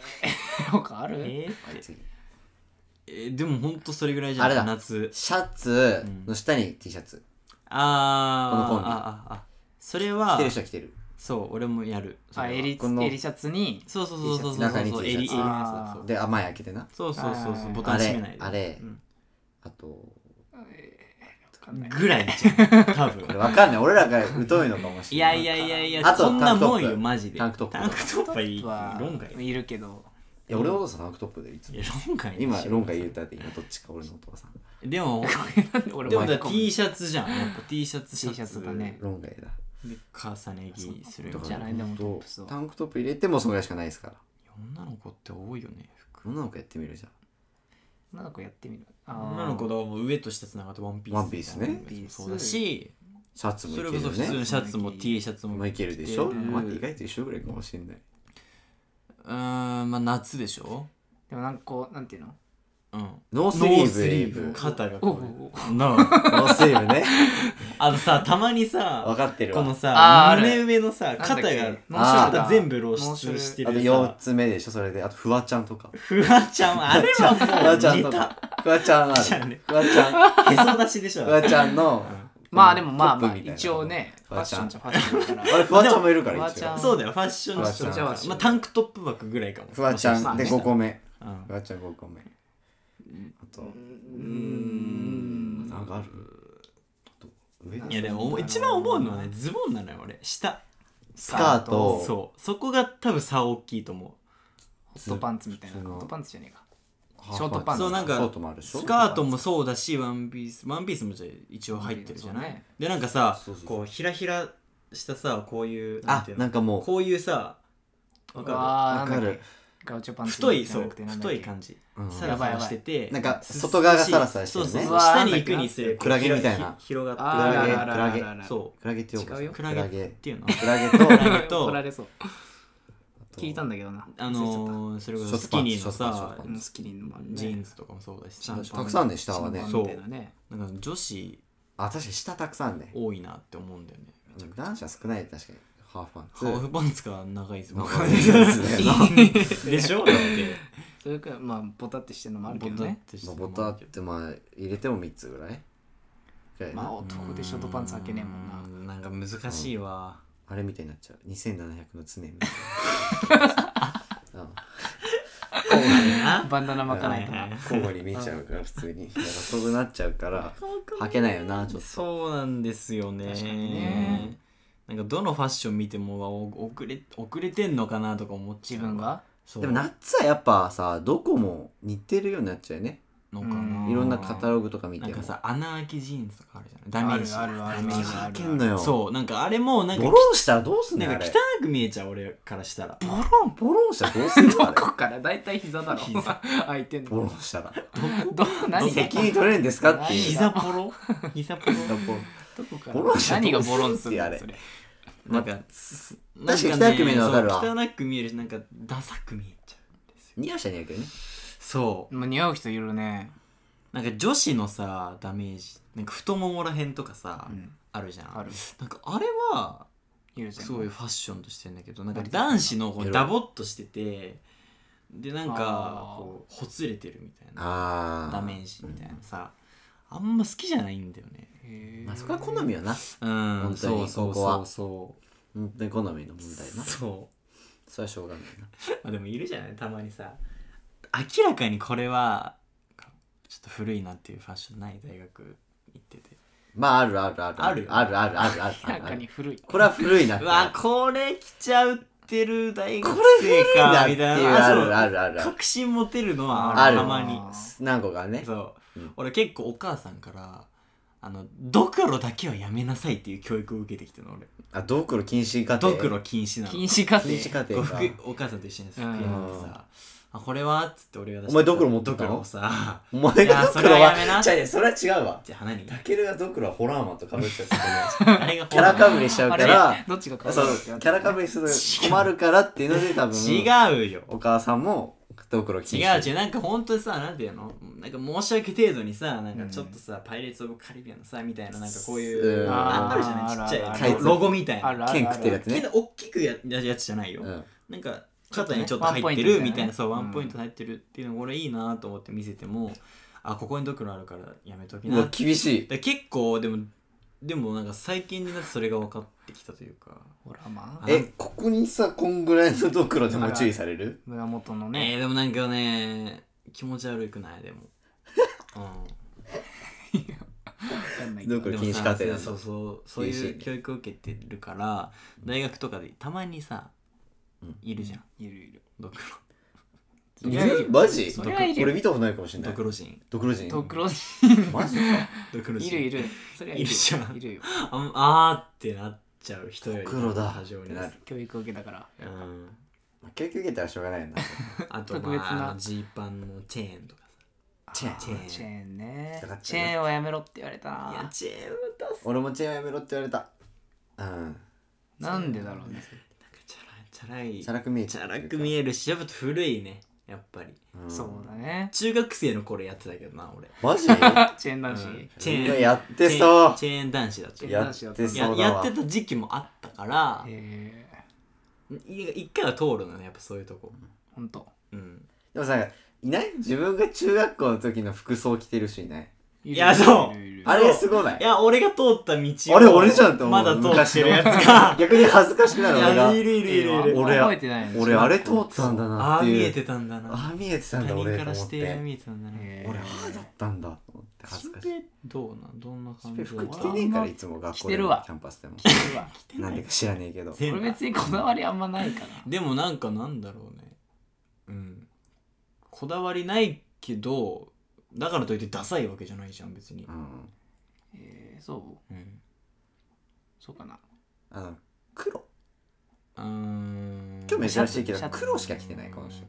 Speaker 1: へえ 他ある
Speaker 3: ー
Speaker 2: はい次
Speaker 3: えーでもほんとそれぐらいじゃん
Speaker 2: あれだ
Speaker 3: 夏
Speaker 2: シャツの下に T シャツ
Speaker 3: あー
Speaker 2: このコンビ
Speaker 3: あああそれ
Speaker 2: 着
Speaker 3: は
Speaker 2: てる人は着てる
Speaker 3: そう俺もやるそ
Speaker 1: あ
Speaker 3: れは
Speaker 1: エリ
Speaker 2: この
Speaker 1: エリシャツに
Speaker 3: そうそうそ
Speaker 2: T シャ
Speaker 3: うそうそう
Speaker 2: ツ
Speaker 3: そ
Speaker 2: 中
Speaker 3: う
Speaker 2: に
Speaker 3: そう
Speaker 2: T
Speaker 3: エ
Speaker 2: シャツ
Speaker 3: リエリのや
Speaker 1: あ
Speaker 3: つだ
Speaker 2: で甘い開けてな
Speaker 3: そうそうそうそう
Speaker 1: あ
Speaker 3: そう
Speaker 1: ー
Speaker 3: ボタ
Speaker 2: あ
Speaker 3: ン閉め
Speaker 2: れ
Speaker 3: ないで
Speaker 2: あれ
Speaker 3: うん
Speaker 2: あと
Speaker 1: わかんない
Speaker 3: ぐらいじゃ ん多
Speaker 2: これ
Speaker 3: 分
Speaker 2: わかんない俺らが疎いのかもし
Speaker 3: い
Speaker 2: れな
Speaker 3: や
Speaker 2: い
Speaker 3: いやいやいや
Speaker 2: あと
Speaker 3: そんなもん
Speaker 2: タンクトッ
Speaker 3: よ
Speaker 2: プ
Speaker 3: マジで
Speaker 2: タンクトップ
Speaker 3: タンクトップはいい
Speaker 1: は
Speaker 3: 論外
Speaker 1: いるけど
Speaker 2: いや俺のお父さんタンクトップでいつ
Speaker 3: い
Speaker 2: も
Speaker 3: や論外でしょ
Speaker 2: 今論外言うたって今どっちか俺のお父さん
Speaker 3: でも
Speaker 1: 俺
Speaker 3: でも
Speaker 1: 巻
Speaker 3: だ
Speaker 1: き込む
Speaker 3: T シャツじゃんやっぱ T シャツ
Speaker 1: T シャツだね
Speaker 2: 論外だ
Speaker 3: で重ね着する
Speaker 2: だ
Speaker 3: よ
Speaker 2: か
Speaker 1: じゃ
Speaker 2: ら
Speaker 1: ないでも
Speaker 2: 本
Speaker 1: トッ
Speaker 2: 当
Speaker 1: プスは
Speaker 2: タンクトップ入れてもそのぐらいしかないですから
Speaker 3: 女の子って多いよね服
Speaker 2: 女の子やってみるじゃん
Speaker 1: 女の子やってみるあー
Speaker 3: 女の子だからもう上と下つながってワンピース
Speaker 2: ワンピースね
Speaker 3: ワンピースもそうだし
Speaker 2: シャツもい
Speaker 3: そ
Speaker 2: け
Speaker 3: れ
Speaker 2: る
Speaker 3: こ
Speaker 2: よ
Speaker 3: そ普通の
Speaker 2: ね
Speaker 3: シャツも T シャツ
Speaker 2: も
Speaker 3: も
Speaker 2: いけるでしょ
Speaker 3: 着てる
Speaker 2: 待って意外と一緒ぐらいかもしれないう
Speaker 3: ーんまあ夏でしょ
Speaker 1: でもなんかこうなんていうの
Speaker 3: うん
Speaker 2: ノースリーブ
Speaker 3: 肩が
Speaker 1: お
Speaker 3: こ
Speaker 1: お
Speaker 3: うなあ
Speaker 2: ノースリーブね
Speaker 3: あのさたまに
Speaker 2: 分
Speaker 3: さ
Speaker 2: かってる
Speaker 3: この
Speaker 2: わ
Speaker 1: あー
Speaker 3: さ
Speaker 1: ある
Speaker 3: 胸上のさ肩
Speaker 1: なんだっ
Speaker 3: が
Speaker 1: け
Speaker 2: あー
Speaker 3: 肩全部露出して
Speaker 2: あと
Speaker 3: る
Speaker 2: 4
Speaker 3: さ
Speaker 2: つ目でしょそれであとフワちゃん とか
Speaker 3: フワちゃんあれは
Speaker 2: フワちゃ
Speaker 3: も
Speaker 2: ん
Speaker 3: う
Speaker 2: と
Speaker 3: ネタ
Speaker 2: かフワちゃんあ
Speaker 3: じゃあね
Speaker 2: るフ ワちゃん
Speaker 3: へそ出しでしょ
Speaker 2: フワちゃんの
Speaker 1: まあでもまあ
Speaker 2: ト
Speaker 1: ま
Speaker 2: ッ
Speaker 1: あ
Speaker 2: プみたいな
Speaker 1: 一応ねフ
Speaker 2: フ
Speaker 1: ァッ
Speaker 2: ワ
Speaker 1: シ
Speaker 2: ち
Speaker 1: ョ
Speaker 2: ゃ
Speaker 1: ン
Speaker 2: ん
Speaker 1: じゃファッションだか
Speaker 2: あれ
Speaker 1: ら
Speaker 2: フワちゃんもいるか
Speaker 1: フ
Speaker 2: ら
Speaker 1: ワ
Speaker 2: 一
Speaker 1: ちゃ
Speaker 2: 応
Speaker 1: ん
Speaker 3: そうだよ、ファッション
Speaker 2: ファッション
Speaker 3: 誌とか
Speaker 1: ファッション
Speaker 3: まあ、タンクトップ枠ぐらいかも。
Speaker 2: フワち
Speaker 1: ま
Speaker 2: ゃ
Speaker 1: あ
Speaker 2: ん
Speaker 1: ね
Speaker 2: で5個目
Speaker 3: うん
Speaker 2: フワちゃん5個目あと
Speaker 1: うん
Speaker 2: なんかあるあと上
Speaker 3: いや、でも、一番思うのはね、ズボンなのよ、俺。下。
Speaker 2: スカート
Speaker 3: そう。そこが多分差大きいと思
Speaker 1: ホットパンツみたいな
Speaker 2: 普通
Speaker 1: ホ
Speaker 2: の
Speaker 1: ットパンツじゃねえか
Speaker 2: ハ
Speaker 1: ショートパンツ
Speaker 2: そうなんかショートもある
Speaker 3: う。
Speaker 2: でしょ
Speaker 3: スカートもそうだし、ワンピース。ワンピースもじゃあ一応入ってるじゃな
Speaker 1: そう
Speaker 3: い
Speaker 1: ね
Speaker 3: で、なんかさ
Speaker 2: そうそう、そう
Speaker 3: こう、ひらひらしたさ、こういう、な
Speaker 2: あ
Speaker 3: んていう
Speaker 2: な
Speaker 3: の
Speaker 2: んかもう
Speaker 3: こういうさ、わか
Speaker 1: あ
Speaker 2: わ
Speaker 1: ーな
Speaker 2: か
Speaker 1: んだっ
Speaker 2: る
Speaker 1: けガウチョパ
Speaker 3: る
Speaker 1: ンツ
Speaker 3: 太い、
Speaker 1: じゃ
Speaker 3: そ
Speaker 1: な
Speaker 3: う
Speaker 1: く。てなんだっ
Speaker 3: 太
Speaker 1: け
Speaker 3: い感じ。
Speaker 2: うん
Speaker 3: サラサラしてて。
Speaker 2: なんか
Speaker 3: す
Speaker 2: 外側がサラサラしてるね
Speaker 3: そうそう
Speaker 1: う
Speaker 3: そう
Speaker 1: わー
Speaker 3: 下に行くにつれ、
Speaker 2: クラゲみたいな
Speaker 3: こうひ広が
Speaker 1: あ
Speaker 3: って
Speaker 1: ー
Speaker 3: る
Speaker 1: あ
Speaker 2: ク
Speaker 1: ら
Speaker 2: ラ
Speaker 1: あ
Speaker 2: ゲ
Speaker 1: らあらあら
Speaker 3: そう。
Speaker 2: クラゲって呼ぶ
Speaker 1: 違うよ
Speaker 2: ク
Speaker 3: ク
Speaker 2: ラ
Speaker 3: ラゲっ
Speaker 2: ゲ
Speaker 3: ていう の
Speaker 2: クラゲと
Speaker 3: クラゲと
Speaker 1: 怒られそう
Speaker 2: あと
Speaker 1: 聞いたんだけどな
Speaker 3: あのー、それこ
Speaker 2: ショ
Speaker 3: そ
Speaker 2: ーツ
Speaker 3: ス
Speaker 2: パン
Speaker 3: キニーの
Speaker 2: ショーツ
Speaker 3: さ
Speaker 2: パ
Speaker 1: 忘れちゃったうんスキニーのもあるね
Speaker 3: ジーンズとかもそうだしさ
Speaker 1: シャーパン
Speaker 2: たくさんね下はね
Speaker 1: シャーパンみたいなね
Speaker 3: なんか女子
Speaker 2: あ確かに下たくさんね
Speaker 3: 多いなって思うんだよね
Speaker 2: 男子は少ない確かにハーフパンツ
Speaker 3: ハーフパンツか長いズボン
Speaker 2: 長いです
Speaker 3: ねでしょだって
Speaker 1: それかまあボタってしてるのもあるけど
Speaker 3: ボタっ
Speaker 1: ね
Speaker 3: てして
Speaker 2: まあ
Speaker 3: も
Speaker 2: ボタってまあ入れても3つぐらいぐらいな
Speaker 1: まあ男でショートパンツ履けねえもんな
Speaker 3: うなんか難しいわ
Speaker 2: あれみたいになっちゃう2700の常みたいなうん
Speaker 1: バンダナ巻かないと
Speaker 3: はい
Speaker 1: な
Speaker 3: はい
Speaker 2: 交互に見ちゃうから普通にだからそうなっちゃうから履けないよなちょっと
Speaker 3: そうなんですよね
Speaker 1: 確かにね
Speaker 3: なんかどのファッション見てもわお遅れ遅れてんのかなとか思っちゃ
Speaker 1: 自
Speaker 3: う
Speaker 1: 分が
Speaker 3: そう
Speaker 2: でも夏はやっぱさどこも似てるようになっちゃうよね
Speaker 3: のかな
Speaker 1: う
Speaker 2: いろんなカタログとか見て
Speaker 3: なん
Speaker 2: も
Speaker 3: かさ穴あきジーンズとかあるじゃないダメージ
Speaker 1: あるあるある
Speaker 3: ダメージ
Speaker 1: あ
Speaker 2: 履
Speaker 1: る
Speaker 2: けんのよ
Speaker 3: そうなんかあれもなんか
Speaker 2: ボロンしたらどうすんの
Speaker 3: な
Speaker 2: よ
Speaker 3: ん
Speaker 2: あ
Speaker 3: か
Speaker 2: れ
Speaker 3: 汚く見えちゃう俺からしたら
Speaker 2: ボロンボロンしたらどうすんのあれ
Speaker 1: こっから大体膝だろ
Speaker 3: 膝
Speaker 1: 開いてん
Speaker 2: ボロン
Speaker 1: の
Speaker 2: したら
Speaker 1: どう何が
Speaker 2: 責任取れるんですかっていう
Speaker 1: 膝
Speaker 3: ポロ膝ポロ
Speaker 2: なんかこ
Speaker 1: どこか
Speaker 2: ボロン
Speaker 1: ら
Speaker 2: し
Speaker 1: 何がボロンするん
Speaker 2: あ
Speaker 1: だ
Speaker 2: れ
Speaker 1: それ
Speaker 2: うなん
Speaker 3: な
Speaker 2: か
Speaker 3: んか
Speaker 2: 確かに汚く見えるの分かるわ
Speaker 3: そう汚く見えるしなんかダサく見えちゃうんですよ
Speaker 2: 似合う人は似合うけどね
Speaker 3: そ
Speaker 1: もう似合う人いるね
Speaker 3: うなんか女子のさダメージなんか太ももらへんとかさ、
Speaker 1: うん
Speaker 3: あるじゃん
Speaker 1: ある
Speaker 3: なんかあれはい
Speaker 1: るじゃん
Speaker 3: すごいファッションとしてんだけどなんか男子のこ
Speaker 2: エ
Speaker 3: う
Speaker 2: ロ
Speaker 3: ダボっとしててでなんか
Speaker 1: あー
Speaker 3: こうほつれてるみたいな
Speaker 2: ああ
Speaker 3: ダメージみたいなさあんま好きじゃないんだよね
Speaker 1: へー
Speaker 2: まあそこは好みよな
Speaker 3: う
Speaker 2: 本当
Speaker 3: ん
Speaker 2: に
Speaker 3: そうそ
Speaker 2: ここ
Speaker 3: うそう
Speaker 2: は
Speaker 3: そ
Speaker 2: 本当に好みの問
Speaker 3: う
Speaker 2: 題な
Speaker 3: そう
Speaker 2: それはしょうがないな
Speaker 3: まあでもいるじゃないたまにさ明らかにこれはちょっと古いなっていうファッションない大学行ってて
Speaker 2: まああるあるある
Speaker 3: ある
Speaker 2: あるあるあるある
Speaker 1: 明
Speaker 2: あ
Speaker 1: ら
Speaker 2: る
Speaker 1: かに古い
Speaker 2: これは古いなって
Speaker 3: うわこれ着ちゃうってる大学生
Speaker 2: な
Speaker 3: か
Speaker 2: って
Speaker 3: み
Speaker 2: いう
Speaker 3: たいな
Speaker 2: あ
Speaker 3: そう
Speaker 2: るあるあるある
Speaker 3: 確信持てるのは
Speaker 2: あ
Speaker 3: あ
Speaker 2: る
Speaker 3: るたまに
Speaker 2: 何個かね
Speaker 3: そう、
Speaker 2: うん
Speaker 3: 俺結構お母さんからあのドクロだけはやめなさいっていう教育を受けてきたの俺
Speaker 2: あドクロ禁止家庭
Speaker 3: ドクロ禁止なの
Speaker 1: 禁止家
Speaker 2: 禁止
Speaker 1: 庭
Speaker 2: 家
Speaker 3: こう
Speaker 2: 庭か
Speaker 3: 服お母さんと一緒に服屋にさ「あこれは?」っつって俺が出して
Speaker 2: お前ドクロ持ってたの
Speaker 3: ドクロ をさ
Speaker 2: お前
Speaker 3: いや
Speaker 2: がド
Speaker 3: そ
Speaker 2: ク
Speaker 3: れ
Speaker 2: ロ
Speaker 3: は
Speaker 2: は
Speaker 3: やめな
Speaker 2: じゃあねそれは違うわ
Speaker 3: じゃあ花 に
Speaker 2: タケルがドクロはホラーマンとかぶっちゃって
Speaker 3: あれが
Speaker 2: キャラかぶりしちゃう
Speaker 1: あ
Speaker 2: か
Speaker 1: れ
Speaker 2: ら
Speaker 1: どっちが変
Speaker 2: そ
Speaker 1: わる
Speaker 2: う
Speaker 1: って
Speaker 2: キ
Speaker 1: やつ
Speaker 2: ャラかぶりすると困るからっていうので多分
Speaker 3: 違うよ
Speaker 2: お母さんもドクロ
Speaker 3: 違
Speaker 2: 禁
Speaker 3: う
Speaker 2: 止
Speaker 3: 違うなんか本当にさなんていうのなんか申し訳程度にさなんかちょっとさ、パイレーツ・オブ・カリビアンのさみたいななんかこういう
Speaker 2: うん
Speaker 3: ああるじゃ
Speaker 1: あ
Speaker 3: ない
Speaker 1: ー
Speaker 3: ちっち
Speaker 1: あ
Speaker 3: ゃ
Speaker 1: る
Speaker 3: い
Speaker 2: あ
Speaker 3: ロ
Speaker 2: る
Speaker 3: ロゴみたいな
Speaker 1: あるある
Speaker 2: 剣食ってるやつ
Speaker 3: け
Speaker 2: ね
Speaker 3: ど大きくやややつじゃないよ、
Speaker 2: うん
Speaker 3: なんか肩にちょっと
Speaker 1: ちょっとね
Speaker 3: 入ってるみ
Speaker 1: ワンポイントみたい
Speaker 3: た
Speaker 1: な
Speaker 3: いなそうワンポイント入ってるっていうのが俺いいなと思って見せても、あここにドクロあるからやめとき
Speaker 2: う
Speaker 3: な
Speaker 2: わ
Speaker 3: って
Speaker 2: 厳しい
Speaker 3: だから結構でもでもなんか最近になってそれが分かってきたというか
Speaker 1: ホラーマン
Speaker 3: あ
Speaker 2: えここにさこんぐらいのドクロでも注意される
Speaker 1: 村本の
Speaker 3: ね
Speaker 1: ね
Speaker 3: えでもなんかね気持ち悪くないで もうん
Speaker 1: わかんないけ
Speaker 2: ド
Speaker 1: ど
Speaker 2: クロ
Speaker 3: でも
Speaker 2: 禁
Speaker 3: さ
Speaker 2: 止家庭なんだ
Speaker 3: そうそうそういう教育を受けてるから大学とかでたまにさ、
Speaker 2: うん
Speaker 3: いるじゃん
Speaker 1: いるいる
Speaker 3: ドク
Speaker 1: い
Speaker 2: え
Speaker 1: やいる
Speaker 2: マジ
Speaker 1: それはいる
Speaker 2: これ見たことないかもしれな
Speaker 3: ロド
Speaker 2: い
Speaker 3: クロ人
Speaker 2: ドクロ人
Speaker 1: ドクロ
Speaker 2: マジか
Speaker 3: ドクロ人
Speaker 1: いるいるそれはい
Speaker 3: いるじゃん
Speaker 1: いるよ
Speaker 3: ああーってなっちゃう人より
Speaker 2: ドクロだ
Speaker 3: 過剰に
Speaker 2: なる
Speaker 1: 教育を受けたから
Speaker 3: うん
Speaker 2: まあ教育受けたらしょうがないよな
Speaker 3: あと
Speaker 1: 特別な
Speaker 3: まああのジーパンのチェーンとか
Speaker 2: チェーン
Speaker 1: チェーンチェーンね
Speaker 2: だから
Speaker 1: チェーンはやめろって言われた
Speaker 3: さいや
Speaker 1: な
Speaker 3: チェーンは出す
Speaker 2: 俺もチェーンやめろって言われたうん
Speaker 1: なんでだろうね
Speaker 3: なんかチャラい
Speaker 2: チャ
Speaker 3: チャラ
Speaker 2: ラく見え
Speaker 3: いチ
Speaker 2: ちゃ
Speaker 3: ャ
Speaker 2: う
Speaker 3: ラく見えるしやっぱ古いねやっぱり
Speaker 2: ん
Speaker 1: そうだね
Speaker 3: 中学生の頃やってたけどな俺
Speaker 2: マジ
Speaker 1: チェーン男子
Speaker 3: うんチ
Speaker 2: チェ
Speaker 3: ェー
Speaker 2: ー
Speaker 3: ン
Speaker 2: ンやってそう
Speaker 3: チェーンチェーン男子だった
Speaker 1: チェーン
Speaker 2: や
Speaker 1: 男子だ
Speaker 2: っ
Speaker 1: った
Speaker 2: てそ
Speaker 3: や
Speaker 2: うだ
Speaker 3: やっ
Speaker 2: わ
Speaker 3: てた時期もあったから
Speaker 1: ええ
Speaker 3: い一回は通るのねやっぱそういうとこ
Speaker 1: ほんと
Speaker 3: うん
Speaker 2: でもさいない自分が中学校の時の服装着てる人いない
Speaker 1: いる
Speaker 3: いやそう
Speaker 1: いるいるいる
Speaker 2: あれすごない
Speaker 3: いや俺が通った道を
Speaker 2: あれ俺じゃんって思う
Speaker 3: まだ通ってるやつが
Speaker 2: 昔の逆に恥ずかしくないる俺
Speaker 3: や
Speaker 2: が
Speaker 3: いるいるいるい
Speaker 1: ええ
Speaker 3: る
Speaker 2: 俺
Speaker 1: 覚えてないの
Speaker 2: 俺あれ通ったんだな
Speaker 3: あ
Speaker 2: っ
Speaker 3: あ
Speaker 2: て
Speaker 3: 見
Speaker 2: いう
Speaker 3: えてたんだな
Speaker 2: ああ見えてた
Speaker 3: 他
Speaker 2: んだ
Speaker 3: 人
Speaker 2: 俺
Speaker 3: か
Speaker 2: と思
Speaker 3: ら
Speaker 2: っ
Speaker 3: して
Speaker 2: て
Speaker 3: 見えてたんだね
Speaker 1: ええ
Speaker 2: 俺ああだったんだと思って恥ずかしい
Speaker 3: 新平どうなんどんな感じ
Speaker 2: 新平服着てねえからいつも学
Speaker 1: 着
Speaker 2: 校
Speaker 1: て
Speaker 2: で
Speaker 1: る
Speaker 2: も
Speaker 1: わ
Speaker 2: キャンパスでも
Speaker 1: うわ
Speaker 2: なんでか知らねえけど
Speaker 3: 全
Speaker 1: 俺別にこだわりあんまないから
Speaker 3: でもなんかなんだろうねうんこだわりないけどだからといってダサいわけじゃないじゃん別に
Speaker 2: うん
Speaker 1: ええそう
Speaker 3: うん
Speaker 1: そうかな
Speaker 2: あの黒
Speaker 3: うーん
Speaker 2: 今日珍しいけ
Speaker 1: シャ
Speaker 2: ど
Speaker 1: ツ
Speaker 2: 黒しか着てないこの人